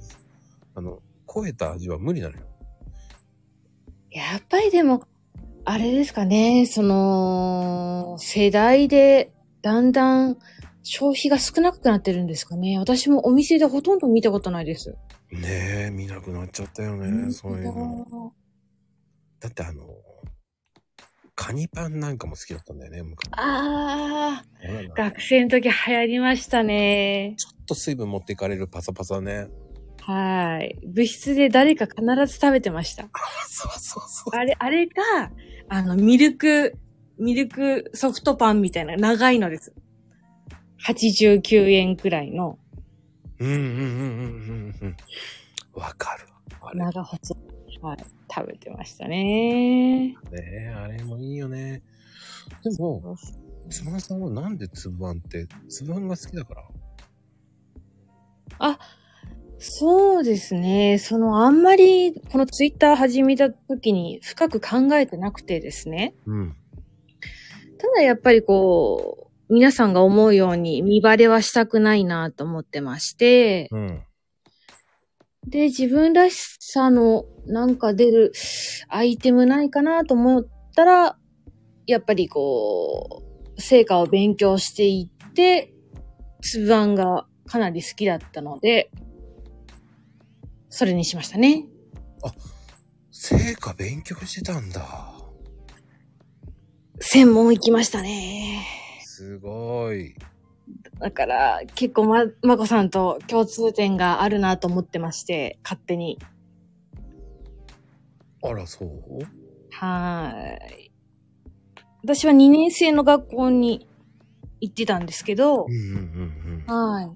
Speaker 1: あの、超えた味は無理なのよ。
Speaker 3: やっぱりでも、あれですかね、その、世代でだんだん消費が少なくなってるんですかね。私もお店でほとんど見たことないです。
Speaker 1: ねえ、見なくなっちゃったよね、そういうの。だってあの、カニパンなんかも好きだったんだよね、昔。
Speaker 3: ああ、
Speaker 1: なんだ
Speaker 3: 学生の時流行りましたね。
Speaker 1: ちょっと水分持っていかれるパサパサね。
Speaker 3: はい。部室で誰か必ず食べてました。
Speaker 1: そうそうそう。
Speaker 3: あれ、あれが、あの、ミルク、ミルクソフトパンみたいな長いのです。89円くらいの
Speaker 1: うんうんうんうんうんうん。わかるわ。あれ
Speaker 3: 長細。はい。食べてましたね。
Speaker 1: ね、あれもいいよね。でも、つばさんはなんでつぶあんって、つぶあんが好きだから
Speaker 3: そうですね。その、あんまり、このツイッター始めた時に深く考えてなくてですね。
Speaker 1: うん。
Speaker 3: ただやっぱりこう、皆さんが思うように見バレはしたくないなと思ってまして、
Speaker 1: うん。
Speaker 3: で、自分らしさのなんか出るアイテムないかなと思ったら、やっぱりこう、成果を勉強していって、粒あんがかなり好きだったので、それにしましたね。
Speaker 1: 成果勉強してたんだ。
Speaker 3: 専門行きましたね。
Speaker 1: すごい。
Speaker 3: だから、結構ま、まこさんと共通点があるなと思ってまして、勝手に。
Speaker 1: あら、そう
Speaker 3: はーい。私は2年生の学校に行ってたんですけど
Speaker 1: う、んうんうんうん。
Speaker 3: は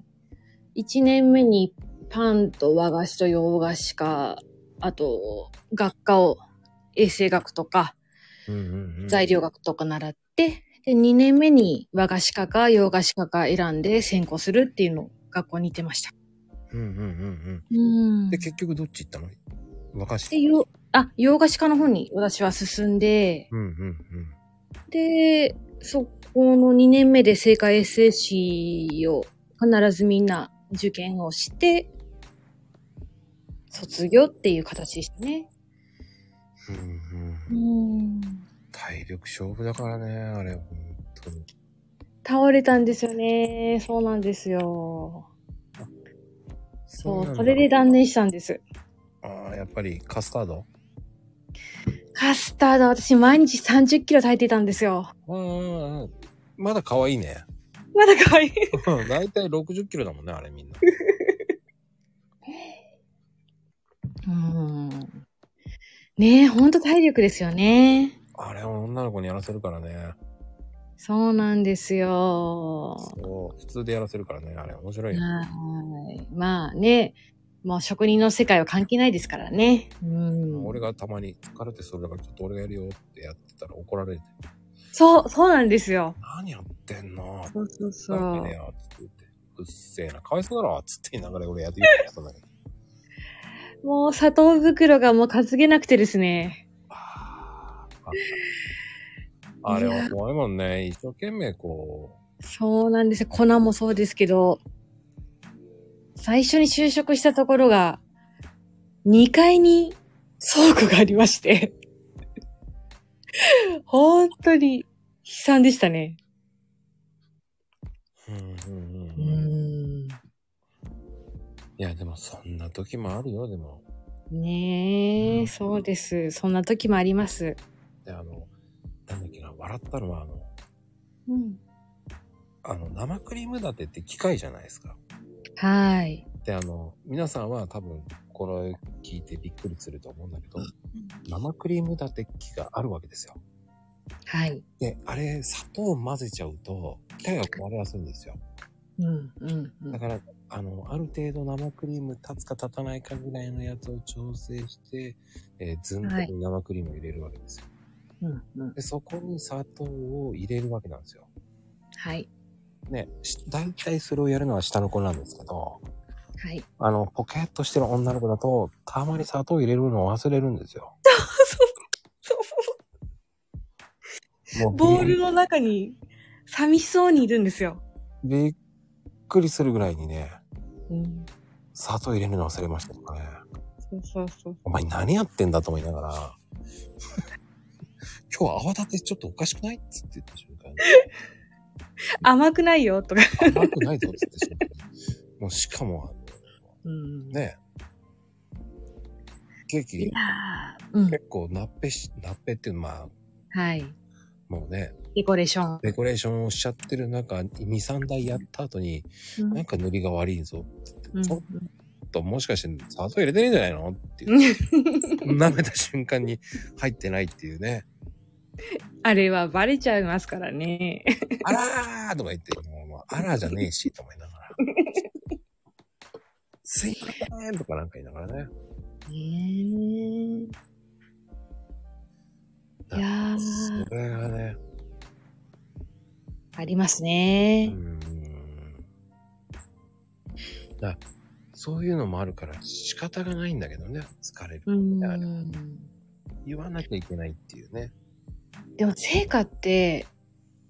Speaker 3: い。1年目にパンと和菓子と洋菓子か、あと、学科を衛生学とか
Speaker 1: うんうんうん、
Speaker 3: 材料学とか習って、で、2年目に和菓子科か洋菓子科か選んで専攻するっていうのを学校に行ってました。
Speaker 1: うんうんうんうん。
Speaker 3: うん
Speaker 1: で、結局どっち行ったの和菓子
Speaker 3: で、よ、あ、洋菓子科の方に私は進んで、
Speaker 1: うんうん
Speaker 3: で、そこの2年目で正解 SSC を必ずみんな受験をして、卒業っていう形でしたね。
Speaker 1: うん。うんうん、
Speaker 3: ん。
Speaker 1: 体力勝負だからね、あれ、本当に。
Speaker 3: 倒れたんですよね。そうなんですよ。
Speaker 1: う
Speaker 3: そ
Speaker 1: なんだ
Speaker 3: う、それで断念したんです。
Speaker 1: ああ、やっぱりカスタード
Speaker 3: カスタード、私毎日30キロ炊いてたんですよ。
Speaker 1: うんうんうん。まだ可愛いね。
Speaker 3: まだ可愛い。
Speaker 1: うん大体60キロだもんね、あれみん な。
Speaker 3: うん。ねえ、ほんと体力ですよね。
Speaker 1: あれを女の子にやらせるからね。
Speaker 3: そうなんですよ。
Speaker 1: そう。普通でやらせるからね、あれ面白いよ。
Speaker 3: はい。まあね、もう職人の世界は関係ないですからね。うん。
Speaker 1: 俺がたまに疲れてそれだからちょっと俺がやるよってやってたら怒られて、
Speaker 3: そう、そうなんですよ。
Speaker 1: 何やってんの
Speaker 3: そうそうそ
Speaker 1: なんで
Speaker 3: う
Speaker 1: ね。よつって言って、うっせえな、かわいそうだろつって言いながら俺やってきたんだけ ど。
Speaker 3: もう砂糖袋がもう担げなくてですね。
Speaker 1: あーあれは怖いもんね。一生懸命こ
Speaker 3: そうなんですよ。粉もそうですけど、最初に就職したところが、2階に倉庫がありまして。 本当に悲惨でしたね。
Speaker 1: う、うんうん
Speaker 3: う
Speaker 1: うん、い
Speaker 3: ん。
Speaker 1: や、でもそんな時もあるよ、でも。
Speaker 3: ねえ、
Speaker 1: うん
Speaker 3: そうです。そんな時もあります。
Speaker 1: で、あの、なんだっけな、笑ったのはあの、
Speaker 3: うん。
Speaker 1: あの、生クリーム立てって機械じゃないですか。
Speaker 3: はい。
Speaker 1: で、あの、皆さんは多分、これ聞いてびっくりすると思うんだけど、生クリーム立て機があるわけですよ。
Speaker 3: はい。
Speaker 1: で、あれ、砂糖を混ぜちゃうと、機械が壊れやすいんですよ。
Speaker 3: うん、うん、
Speaker 1: だ
Speaker 3: うん。
Speaker 1: から、あの、ある程度生クリーム立つか立たないかぐらいのやつを調整して、えーずんだ
Speaker 3: はい
Speaker 1: に生クリームを入れるわけですよ。
Speaker 3: うん、うん。
Speaker 1: で、そこに砂糖を入れるわけなんですよ。
Speaker 3: はい。
Speaker 1: ね、し大体それをやるのは下の子なんですけど、
Speaker 3: はい。
Speaker 1: あの、ポケッとしてる女の子だと、たまに砂糖入れるのを忘れるんです よ。もう
Speaker 3: ボールの中に寂しそうにいるんですよ。
Speaker 1: びっくりするぐらいにね、砂糖入れるの忘れましたとかね。
Speaker 3: そうそうそう。
Speaker 1: お前何やってんだと思いながら、今日泡立てちょっとおかしくないっつって言った瞬間に。
Speaker 3: 甘くないよとか。
Speaker 1: 甘くないぞって言ってしまう。もうしかも、
Speaker 3: うん
Speaker 1: ね、ケー
Speaker 3: い
Speaker 1: キ
Speaker 3: やーうん。
Speaker 1: 結構なっぺし、なっぺっていう、まあ、
Speaker 3: はい。
Speaker 1: もうね、
Speaker 3: デコレーション。
Speaker 1: デコレーションをしちゃってる中、2、3台やった後に、
Speaker 3: うん
Speaker 1: なんか塗りが悪いぞって言って、
Speaker 3: うん
Speaker 1: ちょっともしかして砂糖入れてねえんじゃないのって言って、舐めた瞬間に入ってないっていうね、
Speaker 3: あれはバレちゃいますからね。
Speaker 1: あらーとか言って、もう、まあ、あらじゃねえし、と思いなが ら。すいませんとかなんか言いながらね。
Speaker 3: いやー、
Speaker 1: それがね、
Speaker 3: あります
Speaker 1: う
Speaker 3: ね。
Speaker 1: ん。だそういうのもあるから仕方がないんだけどね、疲れる。
Speaker 3: うん。
Speaker 1: 言わなきゃいけないっていうね。
Speaker 3: でも、成果って、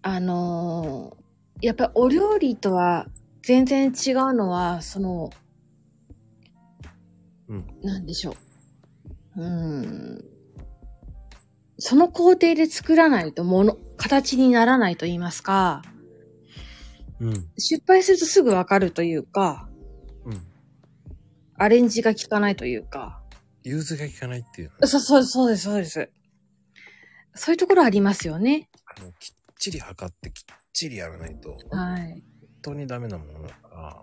Speaker 3: あのーやっぱりお料理とは全然違うのは、その、
Speaker 1: うん
Speaker 3: なんでしょう。うん。その工程で作らないと、もの、形にならないと言いますか、
Speaker 1: うん。
Speaker 3: 失敗するとすぐわかるというか、
Speaker 1: うん。
Speaker 3: アレンジが効かないというか。
Speaker 1: 融通が効かないっていう
Speaker 3: そう、そう、そうです、そうです。そういうところありますよね。
Speaker 1: あの、きっちり測ってきっちりやらないと、本
Speaker 3: はい。
Speaker 1: 当にダメなものだから。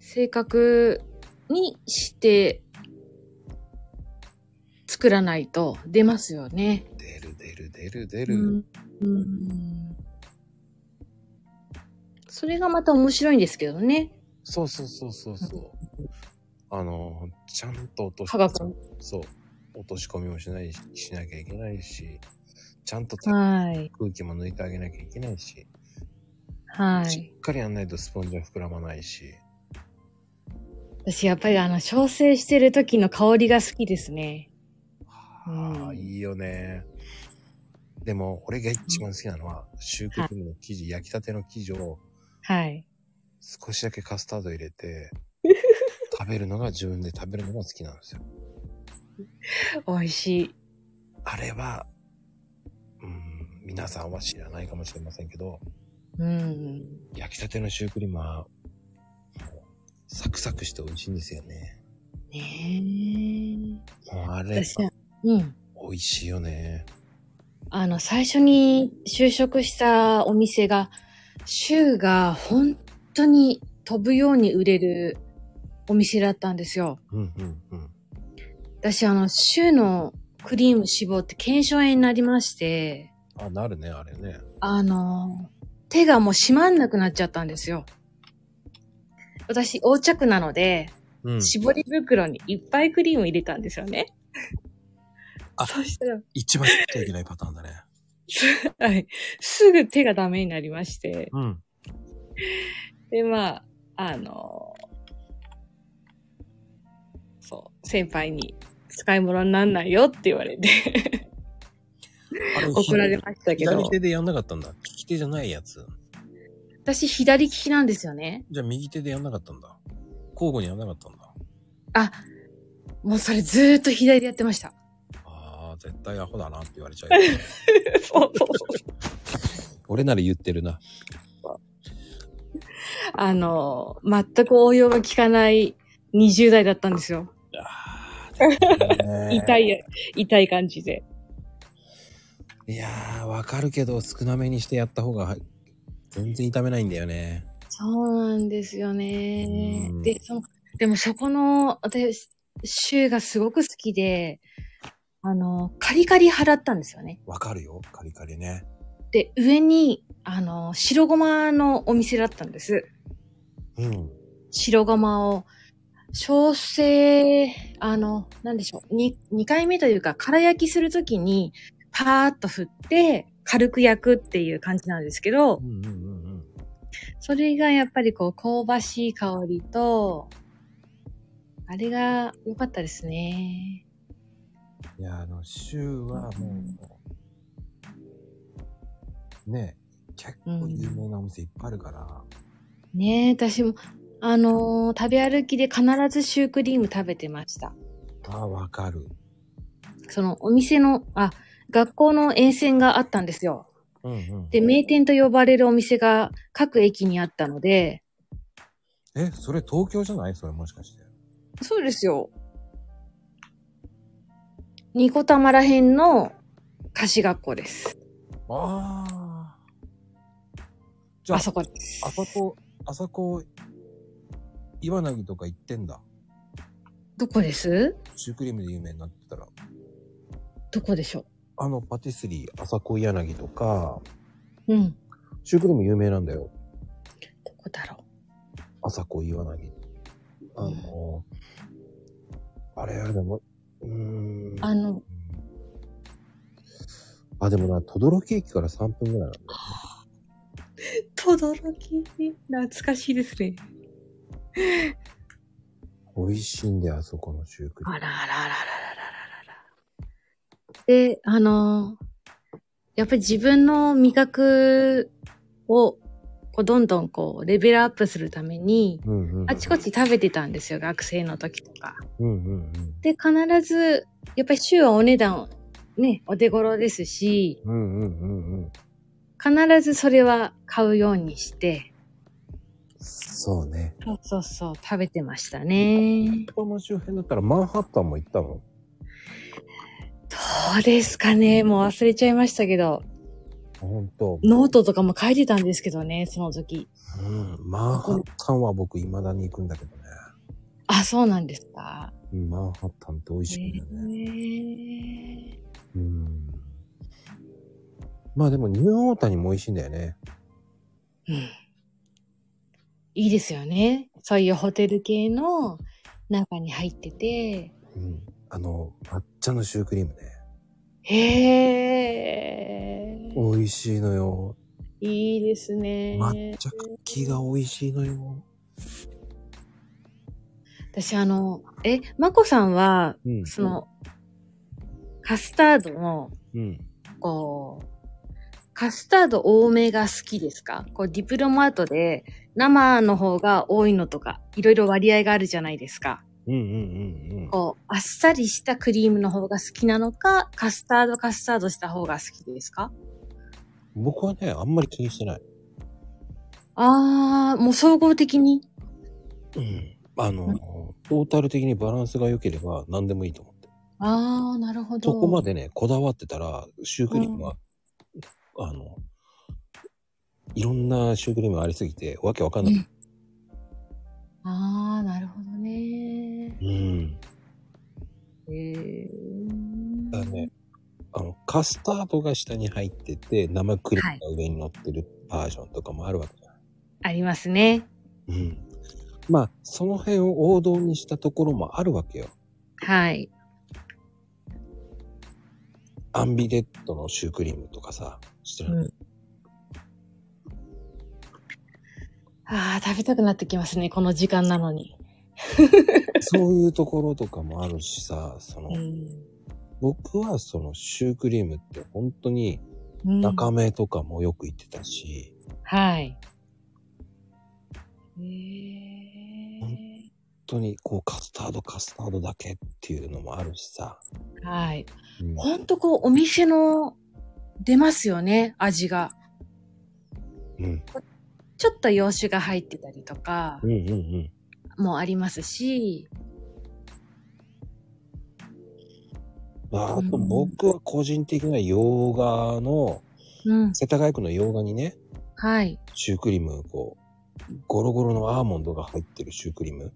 Speaker 3: 正確にして、作らないと出ますよね。
Speaker 1: 出る出る出る出
Speaker 3: う
Speaker 1: る。
Speaker 3: ん。うんそれがまた面白いんですけどね。
Speaker 1: そうそうそうそうそう。あの、ちゃんと落とし
Speaker 3: 科学の
Speaker 1: そう。落とし込みもしないし、しなきゃいけないし、ちゃんと空
Speaker 3: はい。
Speaker 1: 気も抜いてあげなきゃいけないし、
Speaker 3: は
Speaker 1: し
Speaker 3: い。
Speaker 1: っかりやんないとスポンジは膨らまないし。
Speaker 3: 私、やっぱりあの、調整してる時の香りが好きですね。
Speaker 1: ああ、
Speaker 3: うん
Speaker 1: いいよね。でも、俺が一番好きなのは、シュークリームの生地、焼きたての生地を
Speaker 3: はい。
Speaker 1: 少しだけカスタード入れて、食べるのが自分で食べるのが好きなんですよ。
Speaker 3: 美味しい。
Speaker 1: あれは、うん、皆さんは知らないかもしれませんけど、
Speaker 3: うん。
Speaker 1: 焼きたてのシュークリームは、もうサクサクして美味しいんですよね。
Speaker 3: ね
Speaker 1: もうあ
Speaker 3: え。
Speaker 1: れ、
Speaker 3: 私は、うん。
Speaker 1: 美味しいよね。
Speaker 3: あの、最初に就職したお店が、シューが本当に飛ぶように売れるお店だったんですよ。
Speaker 1: うんうんうん。
Speaker 3: 私、あの、シューのクリーム絞って腱鞘炎になりまして、
Speaker 1: あ、なるね、あれね。
Speaker 3: あの、手がもう閉まんなくなっちゃったんですよ。私、横着なので、
Speaker 1: うん。
Speaker 3: 絞り袋にいっぱいクリーム入れたんですよね。
Speaker 1: あ
Speaker 3: そしたら、
Speaker 1: 一番やっちゃいけないパターンだね。
Speaker 3: はい、すぐ手がダメになりまして、
Speaker 1: うん。
Speaker 3: で、まあ、あのそう、先輩に使い物になんないよって言われ て
Speaker 1: あれ
Speaker 3: 怒られましたけど
Speaker 1: 左、手でやんなかったんだ。利き手じゃないやつ。
Speaker 3: 私左利きなんですよね。
Speaker 1: じゃあ右手でやんなかったんだ。交互にやんなかったんだ。
Speaker 3: あ、もうそれずーっと左でやってました。
Speaker 1: ああ、絶対アホだなって言われちゃうよ。
Speaker 3: そうそう
Speaker 1: 俺なら言ってるな。
Speaker 3: あの全く応用が効かない20代だったんですよ。
Speaker 1: あー絶対ね
Speaker 3: 痛い、痛い感じで。
Speaker 1: いやー、わかるけど、少なめにしてやった方が、全然痛めないんだよね。
Speaker 3: そうなんですよね
Speaker 1: うん。
Speaker 3: で、その、でもそこの、私、シューがすごく好きで、あの、カリカリ払ったんですよね。
Speaker 1: わかるよ、カリカリね。
Speaker 3: で、上に、あの、白ごまのお店だったんです。
Speaker 1: うん。
Speaker 3: 白ごまを、小生、あの、なんでしょう、に、2回目というか、空焼きするときに、パーッと振って、軽く焼くっていう感じなんですけど
Speaker 1: う、んうんうんうん。
Speaker 3: それがやっぱりこう、香ばしい香りと、あれが良かったですね。
Speaker 1: いや、あの、週はもう、ねえ、結構有名なお店いっぱいあるから、
Speaker 3: ねえ、私も、あのー食べ歩きで必ずシュークリーム食べてました。
Speaker 1: ああ、わかる。
Speaker 3: そのお店の、あ、学校の沿線があったんですよ。
Speaker 1: うんうん。
Speaker 3: で、名店と呼ばれるお店が各駅にあったので、
Speaker 1: え、それ東京じゃないそれもしかして。
Speaker 3: そうですよ。ニコタマら辺の菓子学校です。
Speaker 1: ああ。じゃあ、
Speaker 3: あそこです。
Speaker 1: あそこ、あそこ、岩薙とか行ってんだ。
Speaker 3: どこです
Speaker 1: シュークリームで有名になってたら。
Speaker 3: どこでしょ
Speaker 1: あの、パティスリー、あさこ柳とか、
Speaker 3: ううん。
Speaker 1: シュークリーム有名なんだよ。
Speaker 3: どこだろ
Speaker 1: あさこ柳。あの、あれ、あれでも、うーん
Speaker 3: う。。あの、
Speaker 1: あ、でもな、等々力駅から3分ぐらいなんだよ。
Speaker 3: とどろき、懐かしいですね。
Speaker 1: 美味しいんだよ、あそこのシュークリー
Speaker 3: あらあ
Speaker 1: ム。
Speaker 3: らあらあらあらあらら。で、あのーやっぱり自分の味覚を、こう、どんどんこう、レベルアップするために、
Speaker 1: うんうんうん。
Speaker 3: あちこち食べてたんですよ、学生の時とか。
Speaker 1: うんうんうん。
Speaker 3: で、必ず、やっぱり週はお値段、ね、お手頃ですし、
Speaker 1: うんうんうんうん。
Speaker 3: 必ずそれは買うようにして、
Speaker 1: そうね。
Speaker 3: そうそうそう、食べてましたね。
Speaker 1: 横浜周辺だったらマンハッタンも行ったの
Speaker 3: どうですかねもう忘れちゃいましたけど。
Speaker 1: ほんと。
Speaker 3: ノートとかも書いてたんですけどね、その時。
Speaker 1: うん。マンハッタンは僕未だに行くんだけどね。
Speaker 3: あ、そうなんですか。
Speaker 1: うんマンハッタンって美味しいんだよね。
Speaker 3: へえ
Speaker 1: うん。まあでもニューオータニも美味しいんだよね。
Speaker 3: うん。いいですよね。そういうホテル系の中に入ってて。
Speaker 1: うん。あの、抹茶のシュークリームね。
Speaker 3: へえ。
Speaker 1: 美味しいのよ。
Speaker 3: いいですね。
Speaker 1: 抹茶クッキーが美味しいのよ。
Speaker 3: 私あの、え、まこさんは、
Speaker 1: うん
Speaker 3: そ。の、カスタードの、
Speaker 1: うん。
Speaker 3: こう、カスタード多めが好きですかこう、ディプロマートで生の方が多いのとか、いろいろ割合があるじゃないですか。
Speaker 1: うんうんうんうん。
Speaker 3: こう、あっさりしたクリームの方が好きなのか、カスタードカスタードした方が好きですか
Speaker 1: 僕はね、あんまり気にしてない。
Speaker 3: あー、もう総合的に。
Speaker 1: うん。あの、トータル的にバランスが良ければ何でもいいと思って。
Speaker 3: あー、なるほど。
Speaker 1: そこまでね、こだわってたら、シュークリームは、あの、いろんなシュークリームがありすぎて、わけわかんな
Speaker 3: う
Speaker 1: い
Speaker 3: ん。あー、なるほどね。
Speaker 1: うん。
Speaker 3: え
Speaker 1: だから
Speaker 3: ー。
Speaker 1: ね、あの、カスタードが下に入ってて、生クリームが上に乗ってるバージョンとかもあるわけじゃない。
Speaker 3: ありますね。
Speaker 1: うん。まあ、その辺を王道にしたところもあるわけよ。
Speaker 3: はい。
Speaker 1: アンビデットのシュークリームとかさ、してる、
Speaker 3: うんあー、食べたくなってきますね。この時間なのに。
Speaker 1: そういうところとかもあるしさ、その、
Speaker 3: うん
Speaker 1: 僕はそのシュークリームって本当に、
Speaker 3: うん
Speaker 1: 中目とかもよく行ってたし、
Speaker 3: はい。へ
Speaker 1: 本当にこうカスタードカスタードだけっていうのもあるしさ。
Speaker 3: ーはい。
Speaker 1: うん
Speaker 3: ほんとこう、お店の出ますよね、味が。
Speaker 1: うん
Speaker 3: ちょっと洋酒が入ってたりとか
Speaker 1: うんうんうん。
Speaker 3: もありますし、
Speaker 1: ああと僕は個人的には洋画の、
Speaker 3: うん。
Speaker 1: 世田谷区の洋画にね、
Speaker 3: はい。
Speaker 1: シュークリーム、こう、ゴロゴロのアーモンドが入ってるシュークリーム、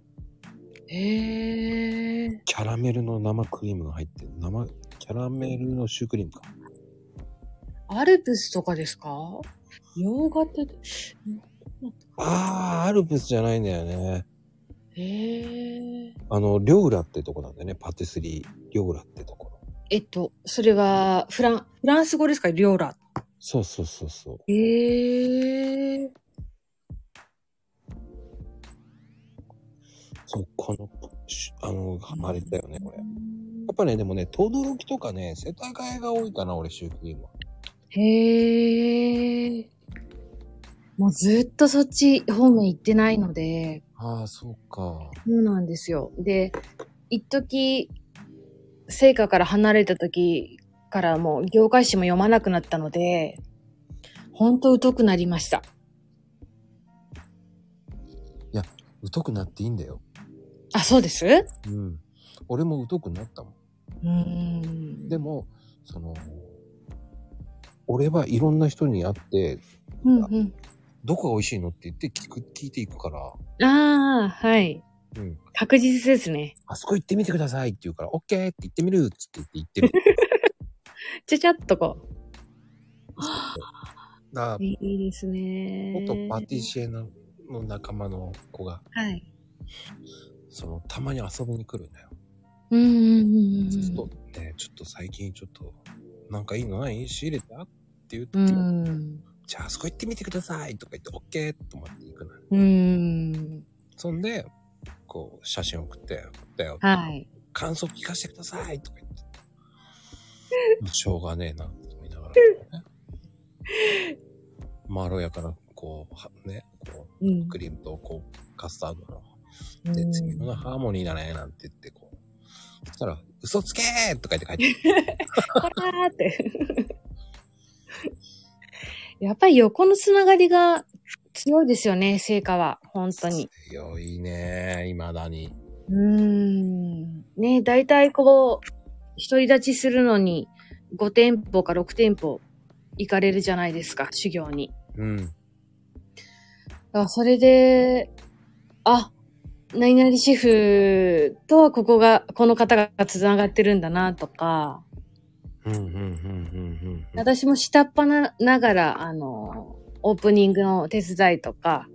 Speaker 3: へえ。
Speaker 1: キャラメルの生クリームが入ってる、生、キャラメルのシュークリームか。
Speaker 3: アルプスとかですか洋画って、
Speaker 1: ああ、アルプスじゃないんだよね。
Speaker 3: へえ。
Speaker 1: あの、リョウラってとこなんだよね、パティスリー、リョウラってところ。
Speaker 3: えっと、それは、フラン、フランス語ですかリョーラ。
Speaker 1: そうそうそうそう。
Speaker 3: へえ。
Speaker 1: そう、この、しあの、あれだよね、これ。やっぱね、でもね、等々力とかね、世田谷が多いかな、俺、シュークリームは。
Speaker 3: へえ。もうずっとそっち方面行ってないので、
Speaker 1: ああ、そうか。
Speaker 3: そうなんですよ。で、一時、成果から離れた時からもう業界誌も読まなくなったので、ほんと疎くなりました。
Speaker 1: 疎くなっていいんだよ。
Speaker 3: あ、そうですう
Speaker 1: うん。俺も疎くなったもん。
Speaker 3: ーん。
Speaker 1: でも、その、俺はいろんな人に会って、
Speaker 3: うんうん。
Speaker 1: どこが美味しいのって言って聞く、聞いていくから、
Speaker 3: ああ、はい。
Speaker 1: うん。
Speaker 3: 確実ですね。
Speaker 1: あそこ行ってみてくださいって言うから、オッケーって言ってみるっつって言って行ってる。
Speaker 3: ちゃちゃっとこ
Speaker 1: だから
Speaker 3: う。いいですね。
Speaker 1: 元パティシエのの仲間の子が、
Speaker 3: はい。
Speaker 1: その、たまに遊びに来るんだよ。
Speaker 3: うんうんうん
Speaker 1: そうすると、ね、ちょっと最近ちょっと、なんかいいのない仕入れたって言うと、
Speaker 3: うん。うん。
Speaker 1: じゃああそこ行ってみてくださいとか言って、オッケーと思って行くのよ。
Speaker 3: うん。
Speaker 1: そんで、こう、写真送って、だよ、
Speaker 3: はい。
Speaker 1: 感想聞かせてくださいとか言って。もうしょうがねえな、と思いながら、ね。まろやかな、こう、はね、こ
Speaker 3: う
Speaker 1: う、
Speaker 3: ん
Speaker 1: クリームと、こう、カスタードの絶妙なハーモニーだね、なんて言って、こう。そしたら、嘘つけーとか言って帰ってくる。
Speaker 3: パーって。やっぱり横のつながりが強いですよね、成果は。本当に。
Speaker 1: 強いね、未だに。
Speaker 3: うーん。ね大体こう、独り立ちするのに5店舗か6店舗行かれるじゃないですか、修行に。
Speaker 1: うん。
Speaker 3: だからそれで、あ、何々シェフとはここが、この方が繋がってるんだなとか、
Speaker 1: うん、うん、うん、うん、うん。
Speaker 3: 私も下っ端なながら、あの、オープニングの手伝いとか、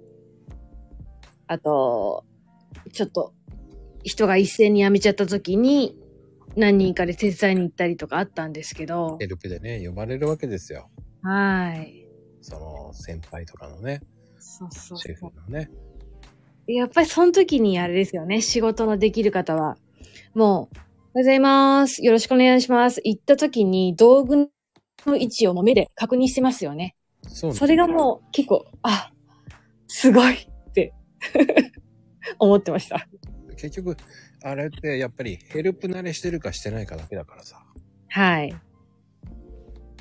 Speaker 3: あと、ちょっと、人が一斉に辞めちゃった時に、何人かで手伝いに行ったりとかあったんですけど、
Speaker 1: ヘルプでね、呼ばれるわけですよ。
Speaker 3: はい。
Speaker 1: その、先輩とかのね、
Speaker 3: そうそう
Speaker 1: シェフ
Speaker 3: そ
Speaker 1: のね。
Speaker 3: う。やっぱりその時にあれですよね、仕事のできる方は、もう、おはようございます。よろしくお願いします。行った時に道具の位置をもう目で確認してますよね。
Speaker 1: そうね
Speaker 3: それがもう結構、あ、すごいって 思ってました。
Speaker 1: 結局、あれってやっぱりヘルプ慣れしてるかしてないかだけだからさ、
Speaker 3: はい。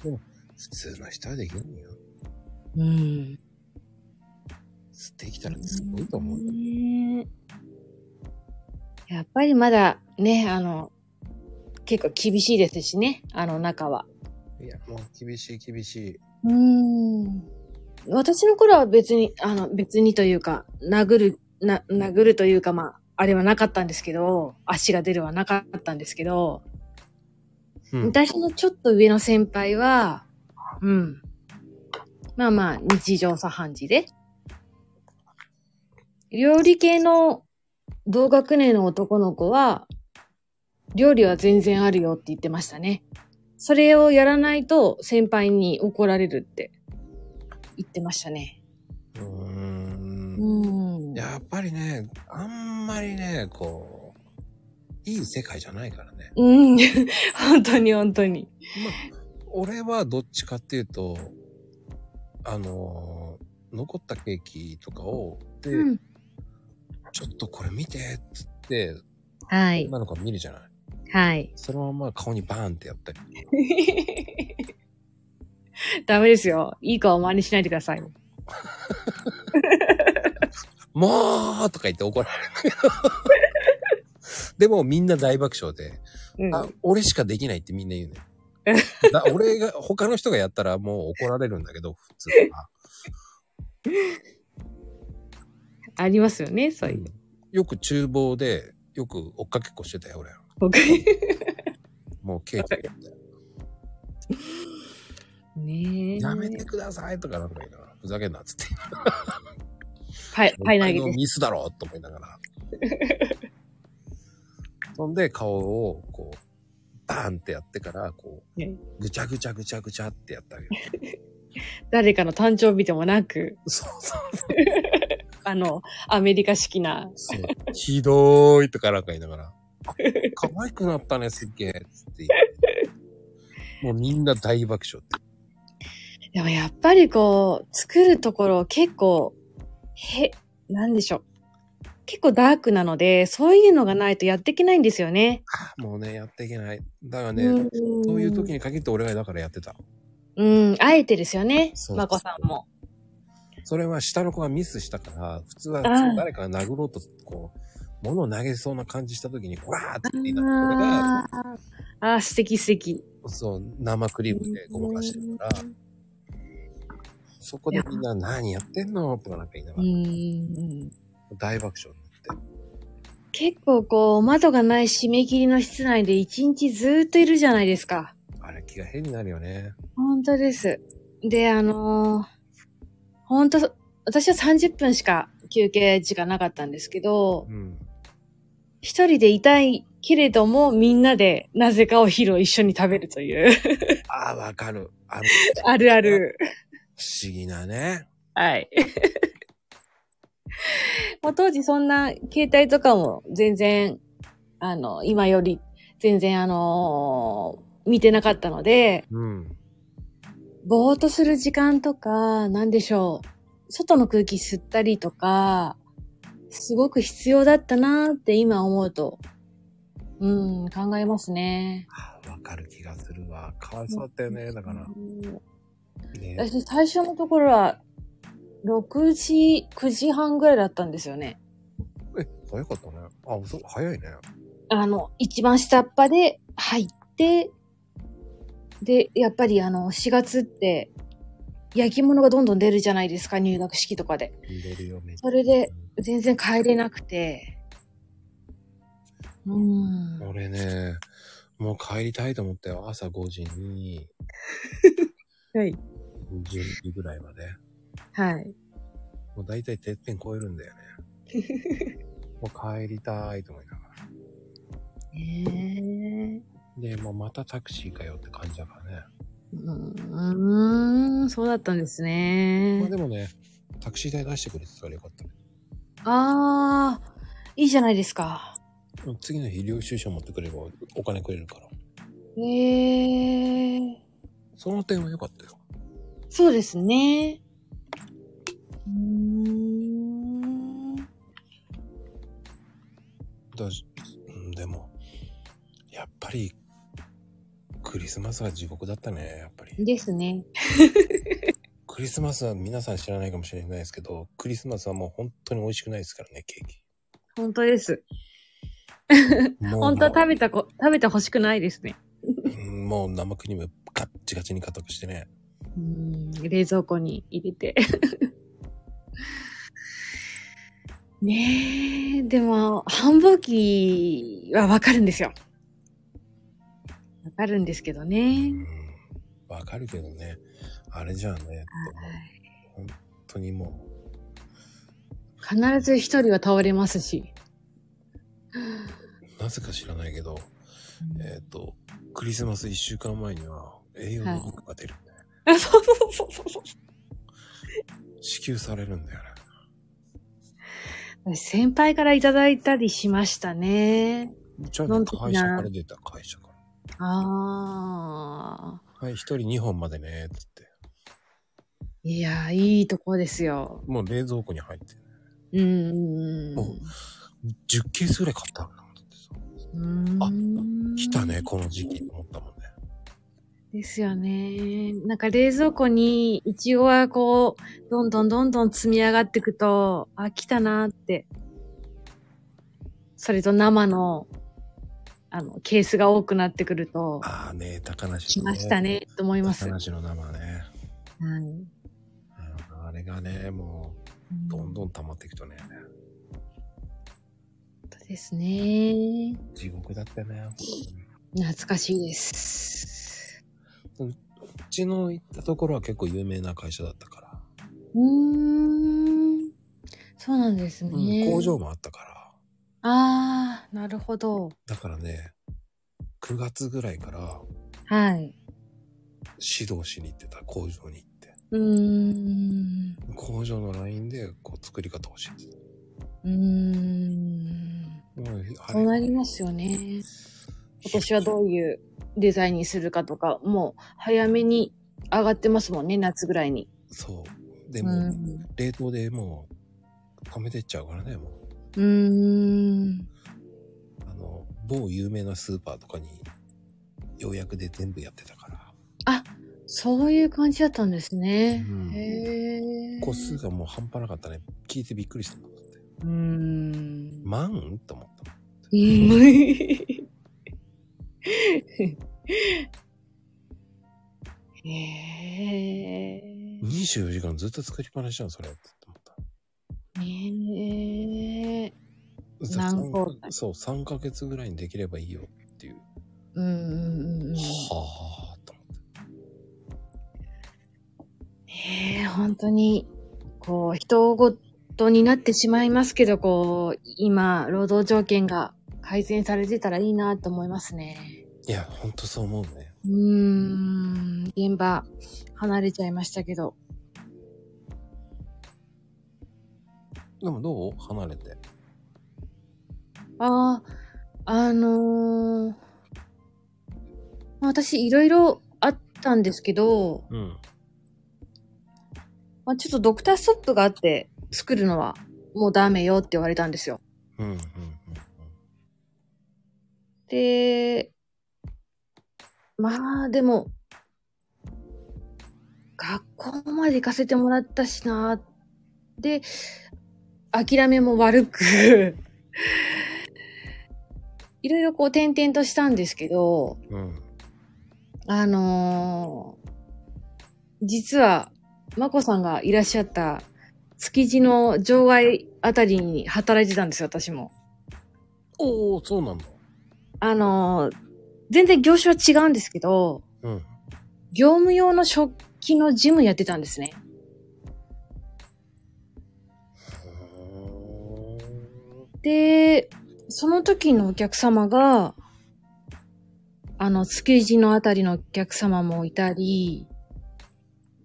Speaker 1: 普通の人はできるんよ。
Speaker 3: うん。
Speaker 1: できたらすごいと思うよ。
Speaker 3: ねえやっぱりまだね、あの、結構厳しいですしね、あの中は。
Speaker 1: いや、もう厳しい厳しい。
Speaker 3: うん。私の頃は別に、あの、別にというか、殴る、な、殴るというか、まあ、あれはなかったんですけど、足が出るはなかったんですけど、
Speaker 1: うん。
Speaker 3: 私のちょっと上の先輩は、うん。まあまあ、日常茶飯事で。料理系の同学年の男の子は、料理は全然あるよって言ってましたね。それをやらないと先輩に怒られるって言ってましたね。
Speaker 1: うーん
Speaker 3: うん。
Speaker 1: やっぱりね、あんまりね、こう、いい世界じゃないからね。
Speaker 3: うん。本当に本当に。
Speaker 1: 俺はどっちかっていうと、あのー残ったケーキとかを、で、
Speaker 3: うん。
Speaker 1: ちょっとこれ見てっつって、
Speaker 3: はい。
Speaker 1: 女の子見るじゃない。
Speaker 3: はい。
Speaker 1: そのまま顔にバーンってやったり。
Speaker 3: ダメですよ。いい顔真似しないでください。
Speaker 1: もうとか言って怒られるんだけど。でもみんな大爆笑で、
Speaker 3: うん
Speaker 1: あ、俺しかできないってみんな言うね。 だ俺が、他の人がやったらもう怒られるんだけど、普通は。
Speaker 3: ありますよね、そう
Speaker 1: う
Speaker 3: いう。
Speaker 1: んよく厨房で、よく追っかけっこしてたよ、俺。
Speaker 3: 他に
Speaker 1: もうケーキやって。
Speaker 3: ねえ。
Speaker 1: やめてくださいとかなんか言いながら、ふざけんなっつって。
Speaker 3: パイ、パイ投げ
Speaker 1: お前の
Speaker 3: て。
Speaker 1: ミスだろうと思いながら。そんで顔をこう、バーンってやってから、こう
Speaker 3: はい、
Speaker 1: ぐちゃぐちゃぐちゃぐちゃってやってあげる。
Speaker 3: 誰かの誕生日でもなく。
Speaker 1: そうそうそう。
Speaker 3: あの、アメリカ式な。
Speaker 1: そう。ひどーいとかなんか言いながら。可愛くなったね、すっげえ。つって言って。もうみんな大爆笑って。
Speaker 3: でもやっぱりこう、作るところ結構、へ、なんでしょう。結構ダークなので、そういうのがないとやっていけないんですよね。
Speaker 1: もうね、やっていけない。だがね、
Speaker 3: うん
Speaker 1: そういう時に限って俺がだからやってた。
Speaker 3: うん、あえてですよね
Speaker 1: そ。う
Speaker 3: まこさんも。
Speaker 1: それは下の子がミスしたから、普通は
Speaker 3: ああ
Speaker 1: 誰かが殴ろうと、こう、物を投げそうな感じした時に、わーって言いながら、俺が、
Speaker 3: あーあー、素敵素敵。
Speaker 1: そう、生クリームでごまかしてるから、そこでみんな何やってんのとかなんか言いな
Speaker 3: う
Speaker 1: がら、
Speaker 3: ん。
Speaker 1: 大爆笑になって。
Speaker 3: 結構こう、窓がない締め切りの室内で一日ずーっといるじゃないですか。
Speaker 1: あれ気が変になるよね。
Speaker 3: 本当です。で、あのー本当、私は30分しか休憩時間なかったんですけど、
Speaker 1: うん。
Speaker 3: 一人でいたいけれども、みんなでなぜかお昼を一緒に食べるという、
Speaker 1: ああ、わかる。ある。
Speaker 3: あるある。
Speaker 1: 不思議なね。
Speaker 3: はい。 もう当時そんな携帯とかも全然、あの、今より全然あのー見てなかったので、
Speaker 1: うん。
Speaker 3: ぼーっとする時間とか、なんでしょう。外の空気吸ったりとか、すごく必要だったなーって今思うと、うん、考えますね。
Speaker 1: ああわかる気がするわ。かわいそうだったよね。だから
Speaker 3: う。ん
Speaker 1: ね。
Speaker 3: 私、最初のところは、6時、9時半ぐらいだったんですよね。
Speaker 1: え、早かったね。あ、遅い早いね。
Speaker 3: あの、一番下っ端で入って、で、やっぱりあの、4月って、焼き物がどんどん出るじゃないですか、入学式とかで。
Speaker 1: 入れるよ、めっちゃ
Speaker 3: それで、全然帰れなくて。うーん。
Speaker 1: 俺ね、もう帰りたいと思ったよ。朝5時に、
Speaker 3: はい。
Speaker 1: 10時ぐらいまで。
Speaker 3: はい。
Speaker 1: もう大体てっぺん超えるんだよね。 もう帰りたいと思いながら。
Speaker 3: ね
Speaker 1: で、もうまたタクシーかよって感じだからね。
Speaker 3: え。うーん、そうだったんです
Speaker 1: まあ
Speaker 3: ね
Speaker 1: で。もね、タクシー代出してくれてたからよかったね。
Speaker 3: あー、いいじゃないですか。
Speaker 1: 次の日、領収書持ってくればお金くれるから。
Speaker 3: えー。
Speaker 1: その点は良かったよ。
Speaker 3: そうですね。うーん。
Speaker 1: だし、うんでも、やっぱり、クリスマスは地獄だったね、やっぱり。
Speaker 3: ですね。
Speaker 1: クリスマスは皆さん知らないかもしれないですけど、クリスマスはもう本当に美味しくないですからね、ケーキ。
Speaker 3: 本当です。
Speaker 1: もう
Speaker 3: 本当は食べたこ、食べて欲しくないですね。
Speaker 1: うんもう生クリームガッチガチに固くしてね。
Speaker 3: うん。冷蔵庫に入れて。 ねえ、でも、繁忙期はわかるんですよ。わかるんですけど
Speaker 1: う
Speaker 3: ね。
Speaker 1: んわかるけどね、あれじゃあね、ってもう本当にも
Speaker 3: 必ず一人は倒れますし。
Speaker 1: う、なぜか知らないけど、えっ、と、クリスマス1週間前には栄養ドリンクが出るんだよね、
Speaker 3: あ、 そうそうそうそうそう。
Speaker 1: 支給されるんだよね。
Speaker 3: 先輩からいただいたりしましたね。
Speaker 1: うちは
Speaker 3: 飲
Speaker 1: ね
Speaker 3: んできな
Speaker 1: 会社から出た、会社から。
Speaker 3: ああ。
Speaker 1: はい、1人2本までね、つって。
Speaker 3: いやー、いいとこですよ。
Speaker 1: もう冷蔵庫に入って、
Speaker 3: うーん。
Speaker 1: お10ケースぐらい買ったのかなと思ってさ。あ
Speaker 3: あ
Speaker 1: 来たね、。この時期と思ったもんね。
Speaker 3: ですよね。なんか冷蔵庫にイチゴはこう、どんどんどんどん積み上がっていくと、あ、来たなーって。それと生の、あの、ケースが多くなってくると、
Speaker 1: ああね、高梨、ね。
Speaker 3: 来ましたね、と思います。
Speaker 1: 高梨の生ね。
Speaker 3: はい
Speaker 1: うんあれがね、もう、どんどん溜まっていくとね、
Speaker 3: そうですね。
Speaker 1: 地獄だったね。
Speaker 3: 懐かしいです。
Speaker 1: うちの行ったところは結構有名な会社だったから。
Speaker 3: うーん。そうなんです
Speaker 1: うん
Speaker 3: ね。
Speaker 1: 工場もあったから。
Speaker 3: ああ、なるほど。
Speaker 1: だからね、9月ぐらいから
Speaker 3: はい。
Speaker 1: 指導しに行ってた工場に行って。
Speaker 3: うーん。
Speaker 1: 工場のラインで、こう、作り方を教えて
Speaker 3: うーん。
Speaker 1: た。もう、
Speaker 3: そう
Speaker 1: は。
Speaker 3: ないりますよね。今年はどういうデザインにするかとか、もう早めに上がってますもんね、夏ぐらいに。
Speaker 1: そう。で
Speaker 3: う
Speaker 1: も、
Speaker 3: ん。
Speaker 1: 冷凍でもう、溜めてっちゃうからね、もう。
Speaker 3: うーん。
Speaker 1: あの、某有名なスーパーとかに、ようやくで全部やってたから。
Speaker 3: そういう感じだったんですね。
Speaker 1: うん
Speaker 3: へえ。
Speaker 1: 個数がもう半端なかったね。聞いてびっくりしたもんだって。
Speaker 3: うーん。
Speaker 1: 万と思った。
Speaker 3: うんへえ。
Speaker 1: 24時間ずっと作りっぱなしじゃん、それ。って思った。
Speaker 3: ねえ。
Speaker 1: 三
Speaker 3: 何個だ
Speaker 1: そう、3ヶ月ぐらいにできればいいよっていう。
Speaker 3: うんうんうんう
Speaker 1: は
Speaker 3: ん。
Speaker 1: ぁと思って。
Speaker 3: ねえ、本当に、こう、人ごとになってしまいますけど、こう、今、労働条件が改善されてたらいいなと思いますね。
Speaker 1: いや、ほんとそう思うね。
Speaker 3: うーん、現場、離れちゃいましたけど。
Speaker 1: でもどう離れて。
Speaker 3: ああ、あのーまあ私、いろいろあったんですけど、
Speaker 1: うん。
Speaker 3: まあ、ちょっとドクターストップがあって、作るのはもうダメよって言われたんですよ。
Speaker 1: うん、うん、うん。
Speaker 3: で、まあでも、学校まで行かせてもらったしな、で、諦めも悪く、いろいろこう転々としたんですけど、
Speaker 1: うん。
Speaker 3: あのー実は、まこさんがいらっしゃった築地の場外あたりに働いてたんですよ、私も。
Speaker 1: おおそうなんだ。
Speaker 3: あのー全然業種は違うんですけど、
Speaker 1: うん。
Speaker 3: 業務用の食器のジムやってたんですね。で、その時のお客様が、あの、築地のあたりのお客様もいたり、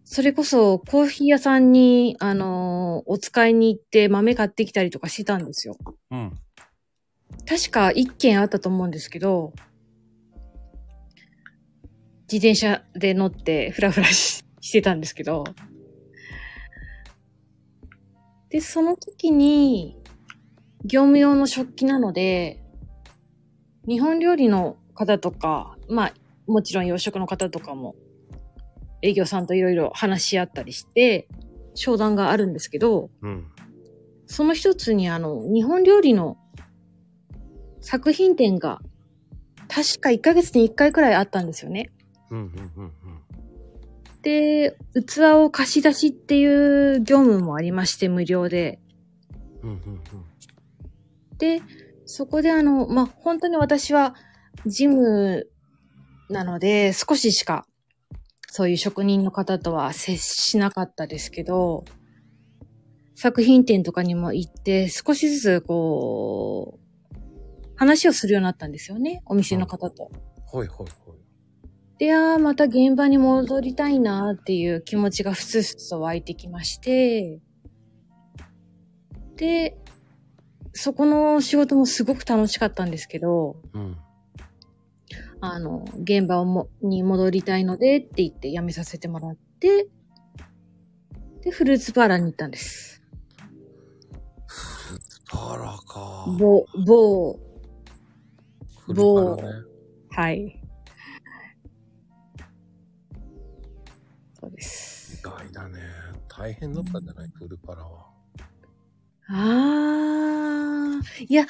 Speaker 3: それこそコーヒー屋さんに、あの、お使いに行って豆買ってきたりとかしてたんですよ。
Speaker 1: うん。
Speaker 3: 確か一件あったと思うんですけど、自転車で乗ってフラフラししてたんですけど、で、その時に、業務用の食器なので、日本料理の方とか、まあ、もちろん洋食の方とかも、営業さんといろいろ話し合ったりして、商談があるんですけど、
Speaker 1: うん。
Speaker 3: その一つにあの、日本料理の作品展が、確か1ヶ月に1回くらいあったんですよね。
Speaker 1: うん、うん、うん、うん。
Speaker 3: で、器を貸し出しっていう業務もありまして、無料で。
Speaker 1: うん、うん、
Speaker 3: で、そこであの、まあ、本当に私は、ジムなので、少ししか、そういう職人の方とは接しなかったですけど、作品展とかにも行って、少しずつ、こう、話をするようになったんですよね、お店の方と。
Speaker 1: ほいほいほい。
Speaker 3: で、あーまた現場に戻りたいなっていう気持ちがふつふつと湧いてきまして、で、そこの仕事もすごく楽しかったんですけど、
Speaker 1: うん。
Speaker 3: あの、現場をもに戻りたいのでって言って辞めさせてもらって、で、フルーツバーラーに行ったんです。
Speaker 1: あらか。
Speaker 3: 某、某、
Speaker 1: フルパラね。
Speaker 3: はい。そうです
Speaker 1: 意。外だね。大変だったんじゃないフルパラは。
Speaker 3: ああ、いや、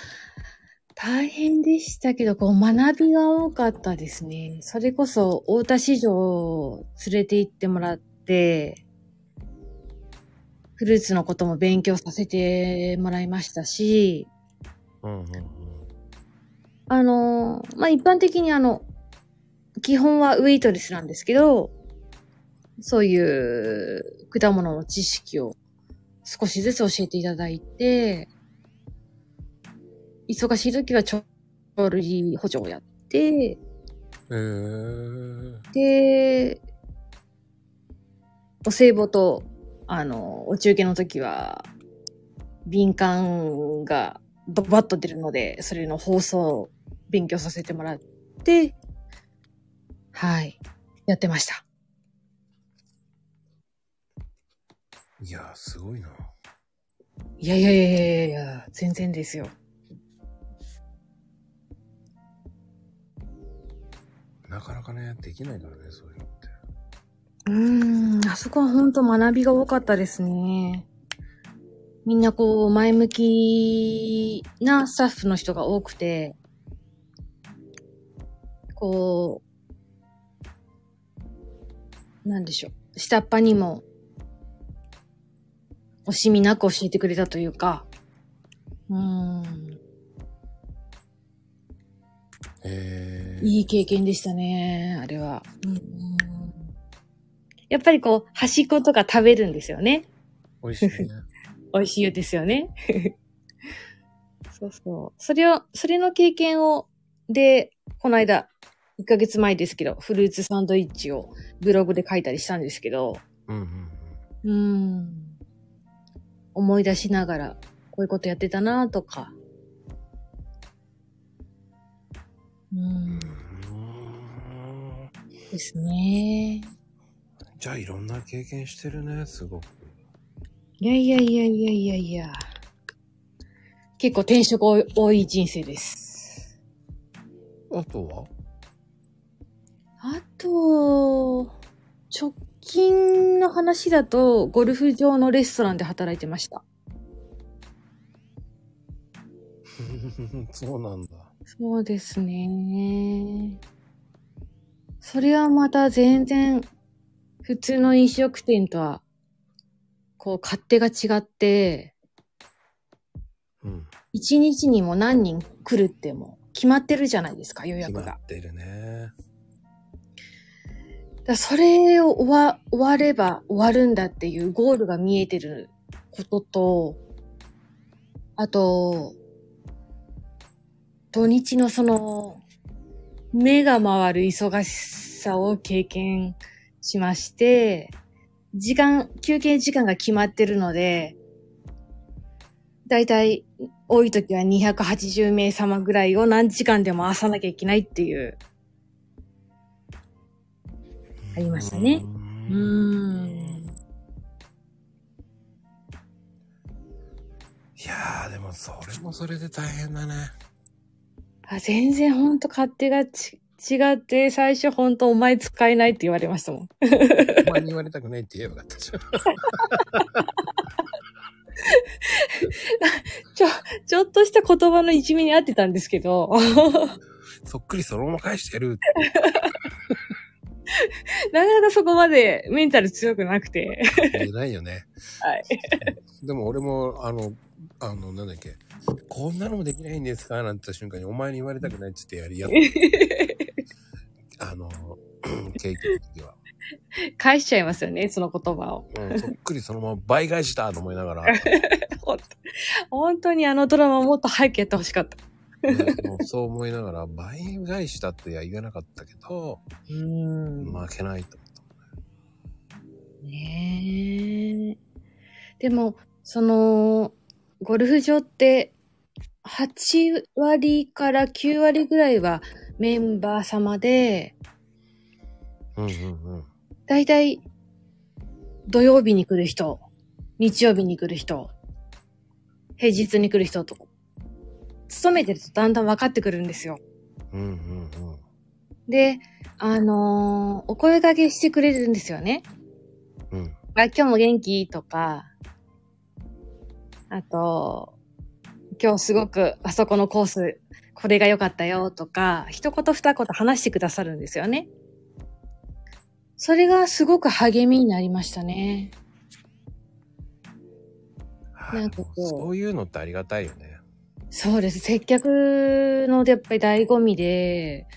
Speaker 3: 大変でしたけど、こう学びが多かったですね。それこそ、大田市場を連れて行ってもらって、フルーツのことも勉強させてもらいましたし、
Speaker 1: うん、うん、うん。
Speaker 3: あの、まあ、一般的にあの、基本はウェイトレスなんですけど、そういう果物の知識を少しずつ教えていただいて、忙しい時は調理補助をやって、
Speaker 1: えー。
Speaker 3: で、お歳暮とあの、お中継の時は、敏感がドバッと出るので、それの放送を勉強させてもらって、はい、やってました。
Speaker 1: いやー、すごいな。
Speaker 3: いやいやいやいやいや、全然ですよ。
Speaker 1: なかなかね、できないからね、そういうのって。
Speaker 3: うーん、あそこは本当学びが多かったですね。みんなこう、前向きなスタッフの人が多くて、こう、なんでしょう。下っ端にも、惜しみなく教えてくれたというか、うーん、
Speaker 1: えー、
Speaker 3: いい経験でしたね、あれは。うんやっぱりこう、端っことか食べるんですよね。
Speaker 1: 美味しいね。
Speaker 3: 美味しいよですよね。そうそう。それを、それの経験を、で、この間、1ヶ月前ですけど、フルーツサンドイッチをブログで書いたりしたんですけど、
Speaker 1: うんうんうん。
Speaker 3: うーん。思い出しながら、こういうことやってたなとか。うー。
Speaker 1: うんん
Speaker 3: ですね。
Speaker 1: じゃあいろんな経験してるね、すごく。
Speaker 3: いやいやいやいやいやいや。結構転職多い多い人生です。
Speaker 1: あとは
Speaker 3: あと、直近の話だと、ゴルフ場のレストランで働いてました。
Speaker 1: そうなんだ。
Speaker 3: そうですね。それはまた全然、普通の飲食店とは、こう、勝手が違って、
Speaker 1: うん。
Speaker 3: 一日にも何人来るってもう決まってるじゃないですか、予
Speaker 1: 決
Speaker 3: 約
Speaker 1: ま
Speaker 3: が。
Speaker 1: ってるね。
Speaker 3: だからそれを終わ終われば終わるんだっていうゴールが見えてることと、あと、土日のその、目が回る忙しさを経験しまして、時間、休憩時間が決まってるので、だいたい多い時は280名様ぐらいを何時間で回さなきゃいけないっていう、ありましたね
Speaker 1: う
Speaker 3: うー
Speaker 1: ん。
Speaker 3: ん。
Speaker 1: いやー、でもそれもそれで大変だね。
Speaker 3: あ全然ほんと勝手がち違って、最初ほんとお前使えないって言われましたもん。
Speaker 1: お前に言われたくないって言えばよかったじゃん。
Speaker 3: ちょっとした言葉のいじめに合ってたんですけど、
Speaker 1: そっくりそのまま返してる。
Speaker 3: なかなかそこまでメンタル強くなくて。
Speaker 1: 言えないよね。
Speaker 3: はい。
Speaker 1: でも俺も、あの、あの、なんだっけ、こんなのもできないんですかなんて言った瞬間に、お前に言われたくないって言ってやりや った。あの、 ケーキの時は。
Speaker 3: 返しちゃいますよね、その言葉を。
Speaker 1: うん、そっくりそのまま倍返したと思いながら、
Speaker 3: ほんと本当にあのドラマもっと早くやってほしかった。
Speaker 1: ねもうそう思いながら、倍返したっては言わなかったけど、
Speaker 3: うーん
Speaker 1: 負けないと。
Speaker 3: ねえ。でも、その、ゴルフ場って、8割から9割ぐらいはメンバー様で、
Speaker 1: うんうんうん。
Speaker 3: だいたい土曜日に来る人、日曜日に来る人、平日に来る人と、勤めてるとだんだん分かってくるんですよ。
Speaker 1: うんうんうん。
Speaker 3: で、あのーお声掛けしてくれるんですよね。
Speaker 1: うん。
Speaker 3: あ、今日も元気とか、あと、今日すごくあそこのコース、これが良かったよとか、一言二言話してくださるんですよね。それがすごく励みになりましたね。なんかこう
Speaker 1: そういうのってありがたいよね。
Speaker 3: そうです。接客のやっぱり醍醐味で、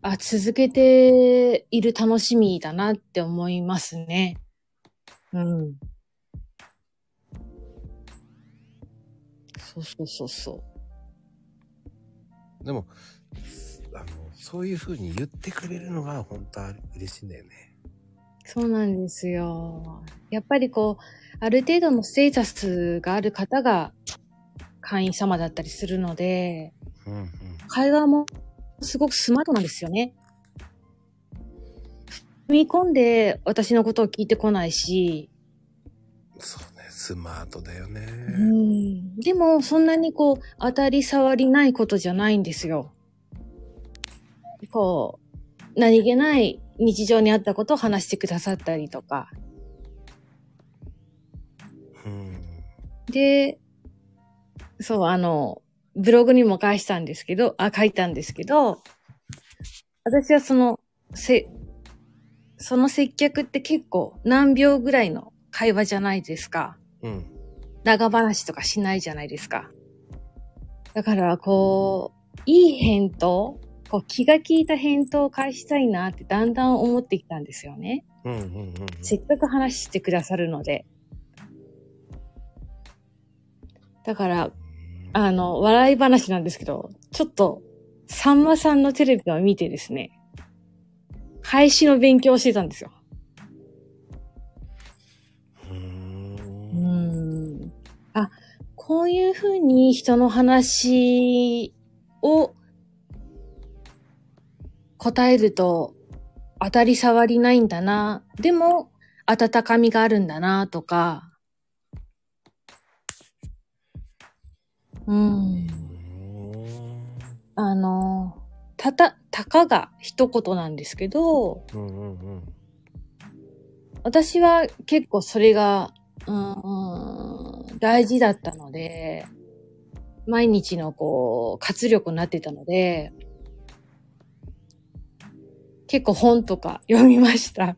Speaker 3: あ、続けている楽しみだなって思いますね。うん。そうそうそうそ
Speaker 1: でも、あの、そういう風に言ってくれるのが本当は嬉しいんだよね。
Speaker 3: う。そうなんですよ。やっぱりこう、ある程度のステータスがある方が会員様だったりするので、
Speaker 1: うんうん。
Speaker 3: 会話もすごくスマートなんですよね。踏み込んで私のことを聞いてこないし、
Speaker 1: そうね、スマートだよね。
Speaker 3: うんでもそんなにこう当たり障りないことじゃないんですよ。こう、何気ない日常にあったことを話してくださったりとか。
Speaker 1: うん。
Speaker 3: で、そう、あの、ブログにも返したんですけど、あ、書いたんですけど、私はその、せ、その接客って結構何秒ぐらいの会話じゃないですか。
Speaker 1: うん。
Speaker 3: 長話とかしないじゃないですか。だから、こう、いい返答、こう気が利いた返答を返したいなってだんだん思ってきたんですよね。
Speaker 1: うんうんうんうん。
Speaker 3: せっかく話してくださるので。だから、あの、笑い話なんですけど、ちょっと、さんまさんのテレビを見てですね、返しの勉強をしてたんですよ。
Speaker 1: うー。
Speaker 3: うんん。あ、こういうふうに人の話を答えると当たり障りないんだな。でも、温かみがあるんだな、とか。うん。あの、たた、たかが一言なんですけど、
Speaker 1: うんうんうん。
Speaker 3: 私は結構それが、うんうん、大事だったので、毎日のこう、活力になってたので、結構本とか読みました。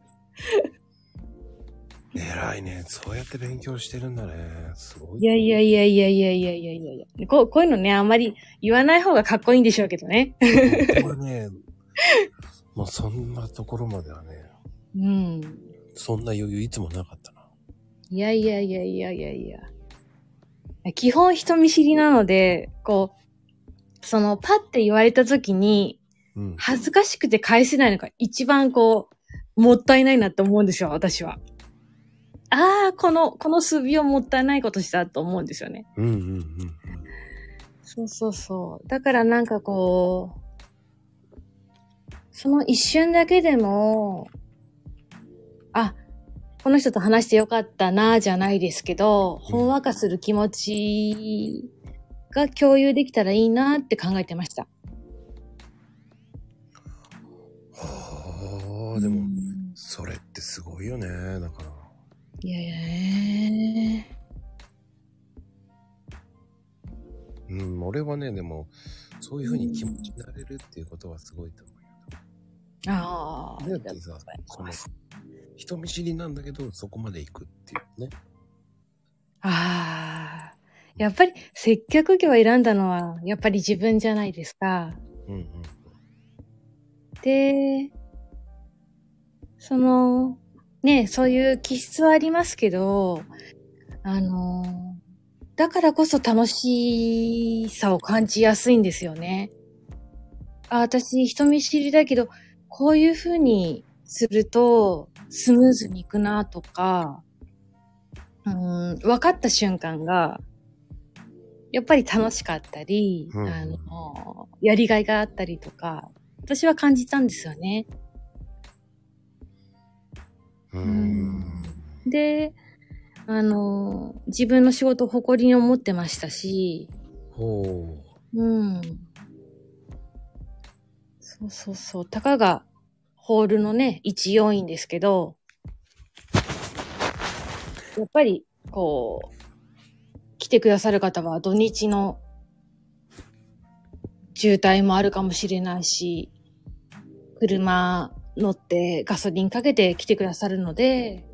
Speaker 1: 偉いね。そうやって勉強してるんだね。すごい。
Speaker 3: いやいやいやいやいやいやいやいやいやこう。こういうのね、あんまり言わない方がかっこいいんでしょうけどね。
Speaker 1: や。はね、もうそんなところまではね、
Speaker 3: うん。
Speaker 1: そんな余裕いつもなかったな。
Speaker 3: いやいやいやいやいやいや。基本人見知りなので、こう、そのパって言われた時に、
Speaker 1: うん。
Speaker 3: 恥ずかしくて返せないのが一番こう、もったいないなって思うんですよ、私は。ああ、この、この数秒もったいないことしたと思うんですよね。
Speaker 1: うんうんうん
Speaker 3: そうそうそう。だからなんかこう、その一瞬だけでも、あ、この人と話してよかったな、じゃないですけど、ほんわかする気持ちが共有できたらいいなって考えてました。
Speaker 1: うん。はあ、で
Speaker 3: う
Speaker 1: も、
Speaker 3: ん
Speaker 1: それってすごいよね。だから。
Speaker 3: いやいやね
Speaker 1: うん、俺はね、でも、そういうふうに気持ちになれるっていうことはすごいと思うよ。
Speaker 3: ああ。
Speaker 1: だってさ、この、人見知りなんだけど、そこまで行くっていうね。
Speaker 3: ああ。やっぱり接客業を選んだのは、やっぱり自分じゃないですか。
Speaker 1: うんうん。
Speaker 3: で、その、ね、そういう気質はありますけど、あの、だからこそ楽しさを感じやすいんですよね。あ、私人見知りだけど、こういう風にするとスムーズにいくなとか、うん、分かった瞬間が、やっぱり楽しかったり、
Speaker 1: うん
Speaker 3: あの、やりがいがあったりとか、私は感じたんですよね。
Speaker 1: うーん
Speaker 3: ん。で、あの、自分の仕事を誇りに思ってましたし、
Speaker 1: ほ
Speaker 3: うん。そうそうそう。たかが、ホールのね、一要員ですけど、やっぱり、こう、来てくださる方は土日の渋滞もあるかもしれないし、車乗ってガソリンかけて来てくださるので、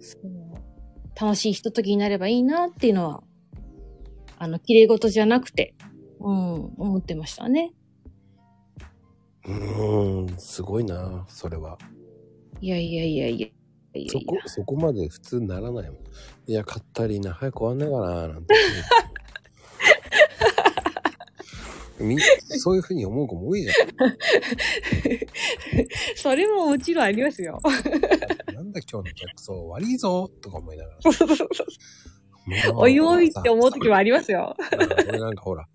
Speaker 3: そう楽しいひとときになればいいなっていうのはあの、綺麗事じゃなくて、うん、思ってましたね。
Speaker 1: う。うーん、すごいな、それは。
Speaker 3: いやいやいやいや。いやいや
Speaker 1: そこ、そこまで普通ならないもん。いや、 買ったりな、早く終わんないかな、なんて。み、そういうふうに思う子も多いじゃ
Speaker 3: それももちろんありま すよ。
Speaker 1: ん。なんだ今日の客層悪いぞとか思いながら。もう
Speaker 3: おいおいって思う時もありますよ。
Speaker 1: あの俺なんかほら、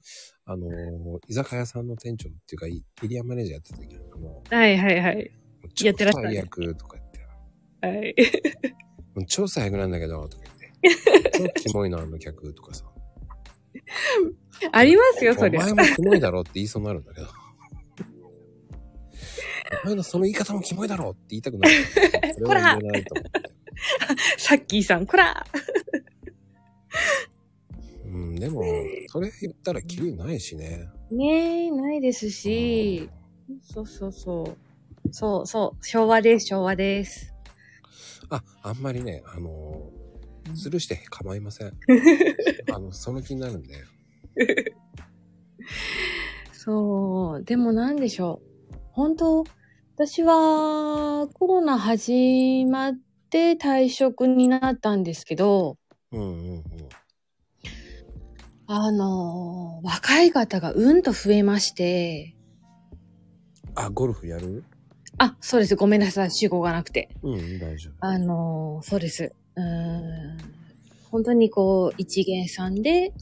Speaker 1: あのー居酒屋さんの店長っていうか、いエリアマネージャーやってた時なんかも
Speaker 3: はいはいはい。
Speaker 1: う、
Speaker 3: やってらっしゃる
Speaker 1: 超最悪とか言って、
Speaker 3: はい。
Speaker 1: もう超最悪なんだけど、とか言って、超キモいな、あの客とかさ。
Speaker 3: ありますよ、
Speaker 1: お
Speaker 3: そりゃ。
Speaker 1: 前もキモいだろって言いそうになるんだけど。お前のその言い方もキモいだろって言いたくな る。それは言えないと思って。
Speaker 3: さっきーさん、こら
Speaker 1: うん、でも、それ言ったらキリないしね。
Speaker 3: ねえ、ないですし。そうそうそう。そうそう。昭和です、昭和です。
Speaker 1: あ、あんまりね、あのー、スルーして構いま せん。あの、その気になるんで。
Speaker 3: そう。でもなんでしょう。本当私はコロナ始まって退職になったんですけど、
Speaker 1: うんうんうん。
Speaker 3: あのー若い方がうんと増えまして、
Speaker 1: あ、ゴルフやる
Speaker 3: あ、そうです。ごめんなさい。主語がなくて。
Speaker 1: うん、大丈夫。
Speaker 3: あのーそうです。うーん。本当にこう、一元さんで、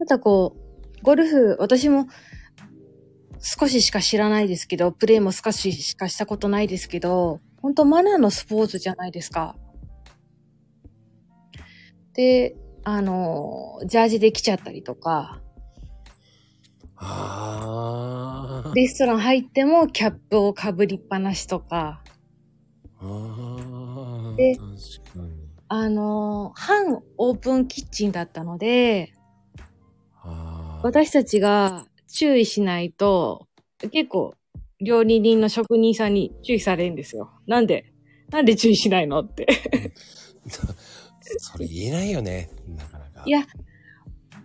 Speaker 3: またこう、ゴルフ、私も少ししか知らないですけど、プレーも少ししかしたことないですけど、本当マナーのスポーツじゃないですか。で、あのージャージで来ちゃったりとか、
Speaker 1: あ ー。
Speaker 3: レストラン入ってもキャップをかぶりっぱなしとか、
Speaker 1: あー。
Speaker 3: で
Speaker 1: 確かに。
Speaker 3: あの、半オープンキッチンだったので、
Speaker 1: あー。
Speaker 3: 私たちが注意しないと、結構、料理人の職人さんに注意されるんですよ。なんでなんで注意しないのって。
Speaker 1: それ言えないよね、なかなか。
Speaker 3: いや、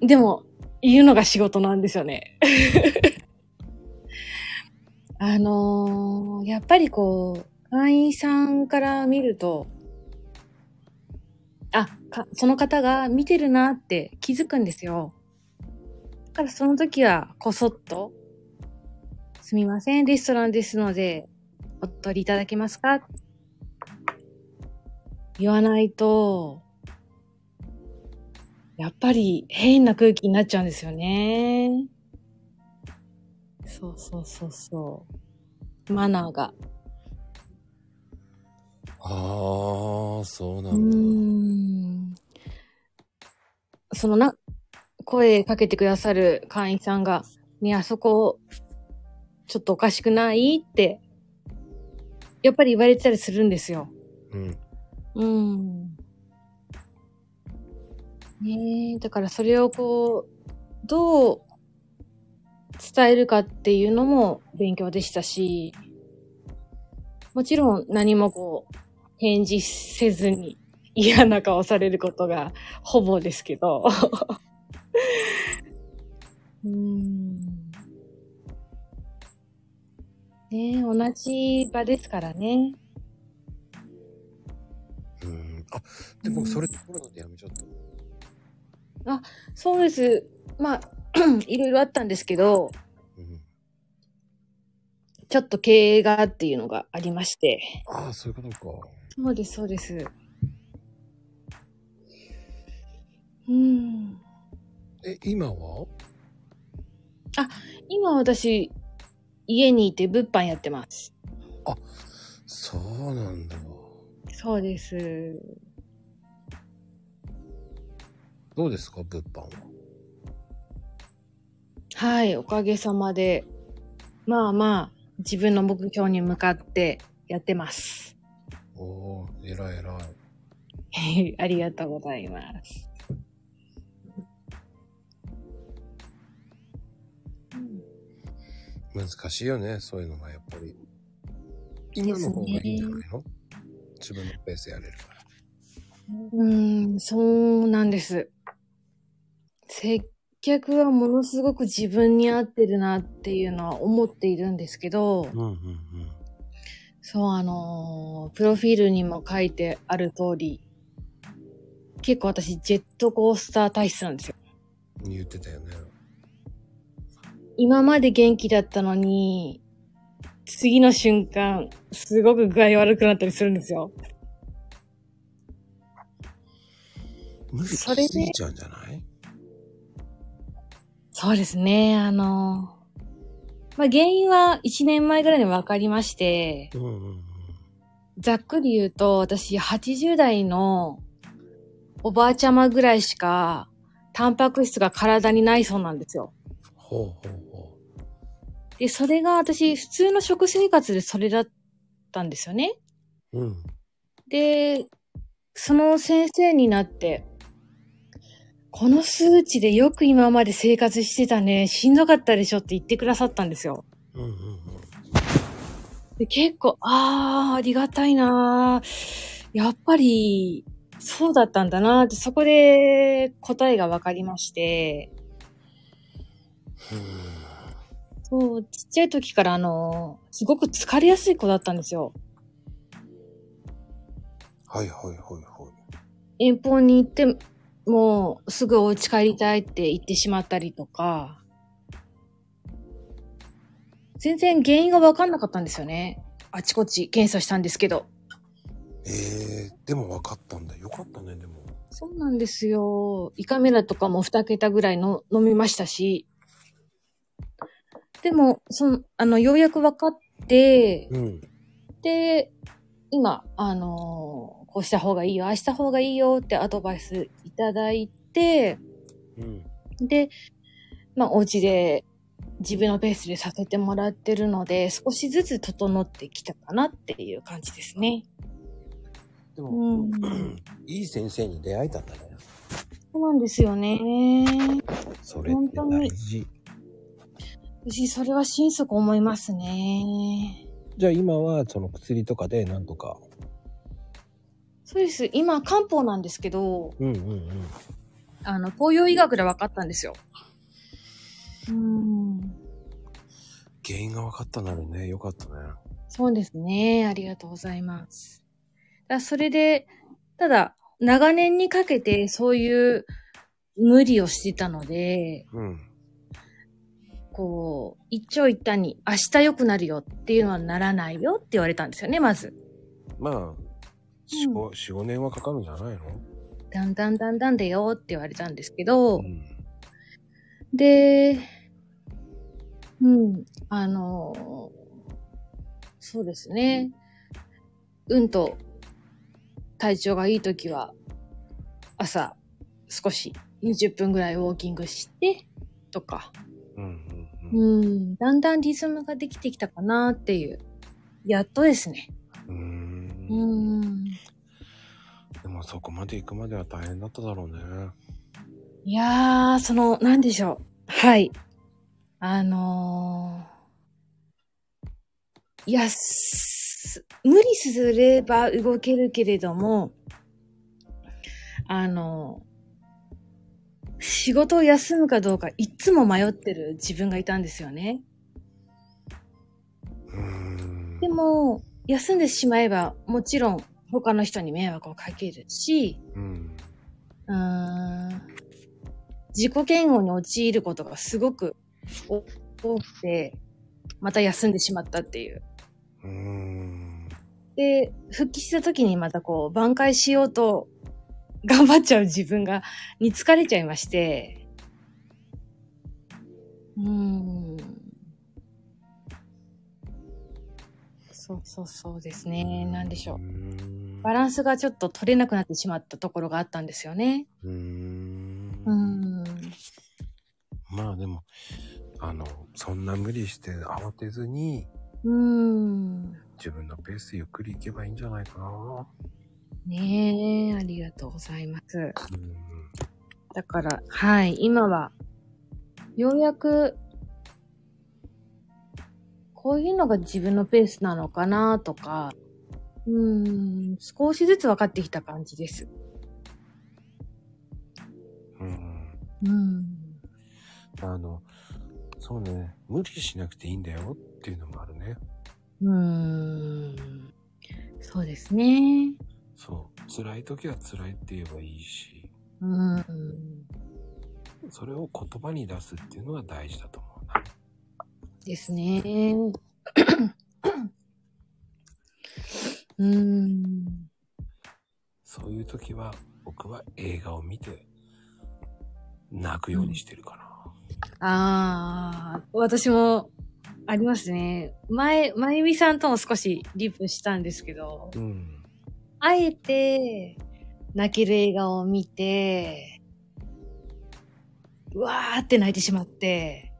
Speaker 3: でも、言うのが仕事なんですよね。 あのーやっぱりこう、会員さんから見ると、あ、か、その方が見てるなって気づくんですよ。だからその時は、こそっと、すみません、レストランですので、お取りいただけますか言わないと、やっぱり変な空気になっちゃうんですよね。そうそうそうそう。マナーが。
Speaker 1: あー、そうな
Speaker 3: うー
Speaker 1: んだ。
Speaker 3: ん。そのな、声かけてくださる会員さんが、ね、あそこ、ちょっとおかしくないって、やっぱり言われてたりするんですよ。
Speaker 1: うん。
Speaker 3: うん。ねえ、だからそれをこう、どう伝えるかっていうのも勉強でしたし、もちろん何もこう、返事せずに嫌な顔されることがほぼですけど。 うん。ねえ、同じ場ですからね。
Speaker 1: うん。あ、で、僕それコロナでやめちゃった。
Speaker 3: そうです。まあ、 いろいろあったんですけど、
Speaker 1: うん。
Speaker 3: ちょっと経営がっていうのがありまして。
Speaker 1: ああ、そういうことか。
Speaker 3: そうです、そうです。うん。
Speaker 1: え、今は
Speaker 3: 今私、家にいて物販やってます。
Speaker 1: そうなんだ。
Speaker 3: そうです。
Speaker 1: どうですか、物販は。
Speaker 3: はい、おかげさまで。まあまあ、自分の目標に向かってやってます。
Speaker 1: おお、えらいえらい。
Speaker 3: ありがとうございます。
Speaker 1: 難しいよね、そういうのがやっぱり。今の方がいいんじゃないの、自分のペースやれるから。
Speaker 3: うーん、そうなんです。接客はものすごく自分に合ってるなっていうのは思っているんですけど、
Speaker 1: うんうんうん。
Speaker 3: そう、あのープロフィールにも書いてある通り、結構私ジェットコースター体質なんですよ。
Speaker 1: 言ってたよね。
Speaker 3: 今まで元気だったのに、次の瞬間、すごく具合悪くなったりするんですよ。
Speaker 1: 無理し
Speaker 3: それです
Speaker 1: ぎちゃうんじゃない
Speaker 3: そうですね、あの、まあ、原因は1年前ぐらいに分かりまして、
Speaker 1: うんうんうん。
Speaker 3: ざっくり言うと、私80代のおばあちゃまぐらいしか、タンパク質が体にないそうなんですよ。
Speaker 1: ほうほうほ
Speaker 3: で、それが私、普通の食生活でそれだったんですよね。
Speaker 1: う。うん。
Speaker 3: で、その先生になって、この数値でよく今まで生活してたね、しんどかったでしょって言ってくださったんですよ。
Speaker 1: うんうんうん。
Speaker 3: で結構、あー、ありがたいなーやっぱり、そうだったんだなーって、そこで答えが分かりまして、そう、ちっちゃい時からあの、すごく疲れやすい子だったんですよ。
Speaker 1: はいはいはいはい。
Speaker 3: 遠方に行って、もうすぐお家帰りたいって言ってしまったりとか、全然原因が分かんなかったんですよね。あちこち検査したんですけど。
Speaker 1: ええー、でも分かったんだ。よかったね、でも。
Speaker 3: そうなんですよ。胃カメラとかも2桁ぐらいの飲みましたし。でも、その、あの、ようやく分かって、
Speaker 1: うん。
Speaker 3: で、今、あのーこうした方がいいよ、ああした方がいいよってアドバイスいただいて、
Speaker 1: うん。
Speaker 3: で、まあ、お家で自分のペースでさせてもらってるので、少しずつ整ってきたかなっていう感じですね。
Speaker 1: で
Speaker 3: う
Speaker 1: も、
Speaker 3: ん。
Speaker 1: いい先生に出会えたんだね。
Speaker 3: そうなんですよね。
Speaker 1: それって大事。
Speaker 3: 私、それは心底思いますね。
Speaker 1: じゃあ今はその薬とかでなんとか。
Speaker 3: そうです。今、漢方なんですけど、
Speaker 1: うんうんうん。
Speaker 3: あの、東洋医学で分かったんですよ。うん。
Speaker 1: 原因が分かったならね、よかったね。
Speaker 3: そうですね。ありがとうございます。だそれで、ただ、長年にかけてそういう無理をしてたので、
Speaker 1: うん。
Speaker 3: こう、一長一短に明日良くなるよっていうのはならないよって言われたんですよね、まず。
Speaker 1: まあ、四五、四五年はかかるんじゃないの
Speaker 3: だんだんだんだんだよって言われたんですけど、
Speaker 1: ん。
Speaker 3: で、うん、あの、そうですね。うんと、体調がいいときは、朝、少し20分ぐらいウォーキングして、とか、
Speaker 1: うんうん
Speaker 3: うん、だんだんリズムができてきたかなっていう。やっとですね。
Speaker 1: うん。うーん。
Speaker 3: うん。
Speaker 1: でもそこまで行くまでは大変だっただろうね。
Speaker 3: いやー、その、なんでしょう。はい。あのー、いや、す無理すれば動けるけれども、あのー仕事を休むかどうかいつも迷ってる自分がいたんですよね。
Speaker 1: うーん。
Speaker 3: でも、休んでしまえば、もちろん他の人に迷惑をかけるし、
Speaker 1: うん。
Speaker 3: うーん自己嫌悪に陥ることがすごく多多くて、また休んでしまったっていう。
Speaker 1: うーん。
Speaker 3: で、復帰した時にまたこう、挽回しようと 頑張っちゃう自分が、に疲れちゃいまして、うーん。そうそうそうですね。なんでし
Speaker 1: う
Speaker 3: ょう。
Speaker 1: ーん。
Speaker 3: バランスがちょっと取れなくなってしまったところがあったんですよね。
Speaker 1: うーん。
Speaker 3: うーん。
Speaker 1: まあでも、あの、そんな無理して慌てずに、
Speaker 3: うーん。
Speaker 1: 自分のペースでゆっくり行けばいいんじゃないかな。
Speaker 3: ねえ、ありがとうございます。
Speaker 1: うん。
Speaker 3: だから、はい、今は、ようやく、こういうのが自分のペースなのかなとか、うーん、少しずつ分かってきた感じです。
Speaker 1: うん。
Speaker 3: うん。
Speaker 1: あの、そうね、無理しなくていいんだよっていうのもあるね。
Speaker 3: うーん。そうですね。
Speaker 1: そう。辛い時は辛いって言えばいいし、
Speaker 3: うん。
Speaker 1: それを言葉に出すっていうのが大事だと思うな。
Speaker 3: ですね。うーん。
Speaker 1: そういう時は、僕は映画を見て、泣くようにしてるかな。
Speaker 3: ああ、私もありますね。前、まゆみさんとも少しリップしたんですけど、
Speaker 1: うん。
Speaker 3: あえて泣ける映画を見て、うわーって泣いてしまって、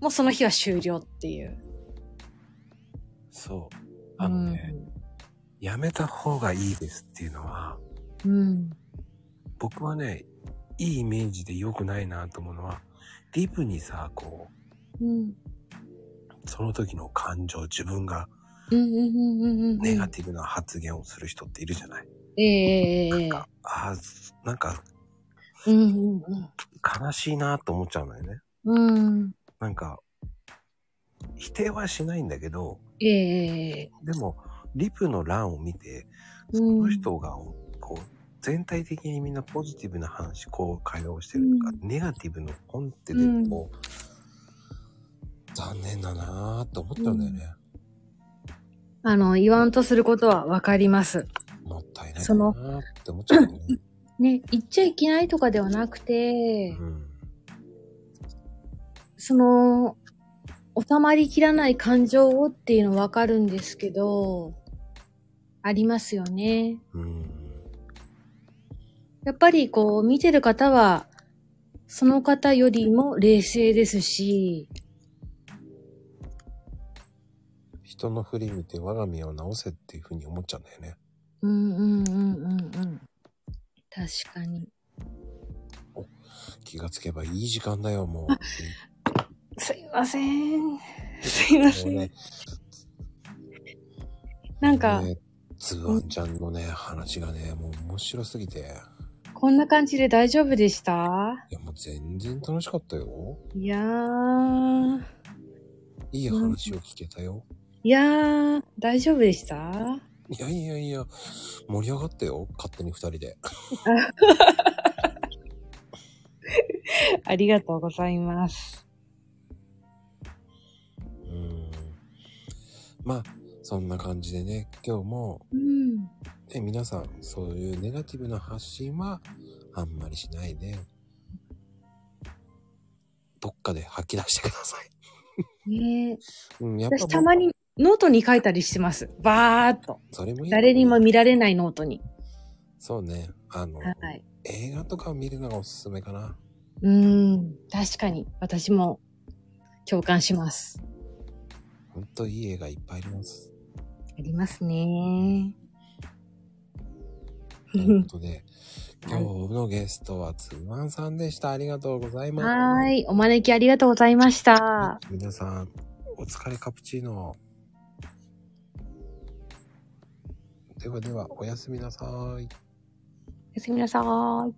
Speaker 3: もうその日は終了っていう。
Speaker 1: そう。あのね、やめた方がいいですっていうのは、
Speaker 3: うん。
Speaker 1: 僕はね、いいイメージで良くないなと思うのは、リプにさ、こう、
Speaker 3: うん。
Speaker 1: その時の感情、自分が
Speaker 3: うん。うん。うん。うんうん。
Speaker 1: ネガティブな発言をする人っているじゃない。
Speaker 3: ええええええ
Speaker 1: なんか、ああ、なんか
Speaker 3: うん。
Speaker 1: 悲しいなと思っちゃうのよね。
Speaker 3: うん。うん。
Speaker 1: なんか、否定はしないんだけど、
Speaker 3: ええ
Speaker 1: でも、リプの欄を見て、
Speaker 3: うん
Speaker 1: その人が、こう、全体的にみんなポジティブな話、こう、会話をしてるとか、ネガティブの本ってで
Speaker 3: うん
Speaker 1: こう、残念だなぁと思っちゃうんだよね。
Speaker 3: あの、言わんとすることはわかります。
Speaker 1: もったいない
Speaker 3: そ
Speaker 1: な
Speaker 3: の
Speaker 1: ぁって思っちゃうんだよね。
Speaker 3: ね、言っちゃいけないとかではなくて、
Speaker 1: うん。
Speaker 3: その、収まりきらない感情をっていうのわかるんですけど、ありますよね。
Speaker 1: うん。
Speaker 3: やっぱりこう、見てる方は、その方よりも冷静ですし、
Speaker 1: 人の振り見て我が身を直せっていうふうに思っちゃうんだよね。
Speaker 3: うんうんうんうんうん。確かに。
Speaker 1: 気がつけばいい時間だよ、もう。
Speaker 3: すいません。すいませ。
Speaker 1: もうんね
Speaker 3: なんか、
Speaker 1: ねつぶあんちゃんのね、話がね、もう面白すぎて。
Speaker 3: こんな感じで大丈夫でした
Speaker 1: いや、もう全然楽しかったよ。
Speaker 3: いやー。
Speaker 1: いい話を聞けたよ。
Speaker 3: いやー、大丈夫でした
Speaker 1: いやいやいや、盛り上がったよ。勝手に二人で。
Speaker 3: ありがとうございます。
Speaker 1: うーん。まあ、そんな感じでね、今日も、
Speaker 3: うん。
Speaker 1: ね、皆さん、そういうネガティブな発信は、あんまりしないで、どっかで吐き出してください。
Speaker 3: ねえ
Speaker 1: うん、やっぱ
Speaker 3: 私たまにノートに書いたりしてます。バーっと。
Speaker 1: それもいい
Speaker 3: 誰にも見られないノートに。
Speaker 1: そうね。あの、
Speaker 3: はい。
Speaker 1: 映画とかを見るのがおすすめかな。
Speaker 3: うーん。確かに。私も共感します。
Speaker 1: ほんといい映画いっぱいあります。
Speaker 3: ありますね。
Speaker 1: ということで、
Speaker 3: は
Speaker 1: 今
Speaker 3: い
Speaker 1: 日のゲストはつぶあんさんでした。ありがとうございます。
Speaker 3: はーい。お招きありがとうございました。
Speaker 1: 皆さん、お疲れカプチーノ。ではでは、おやすみなさい。
Speaker 3: おやすみなさーい。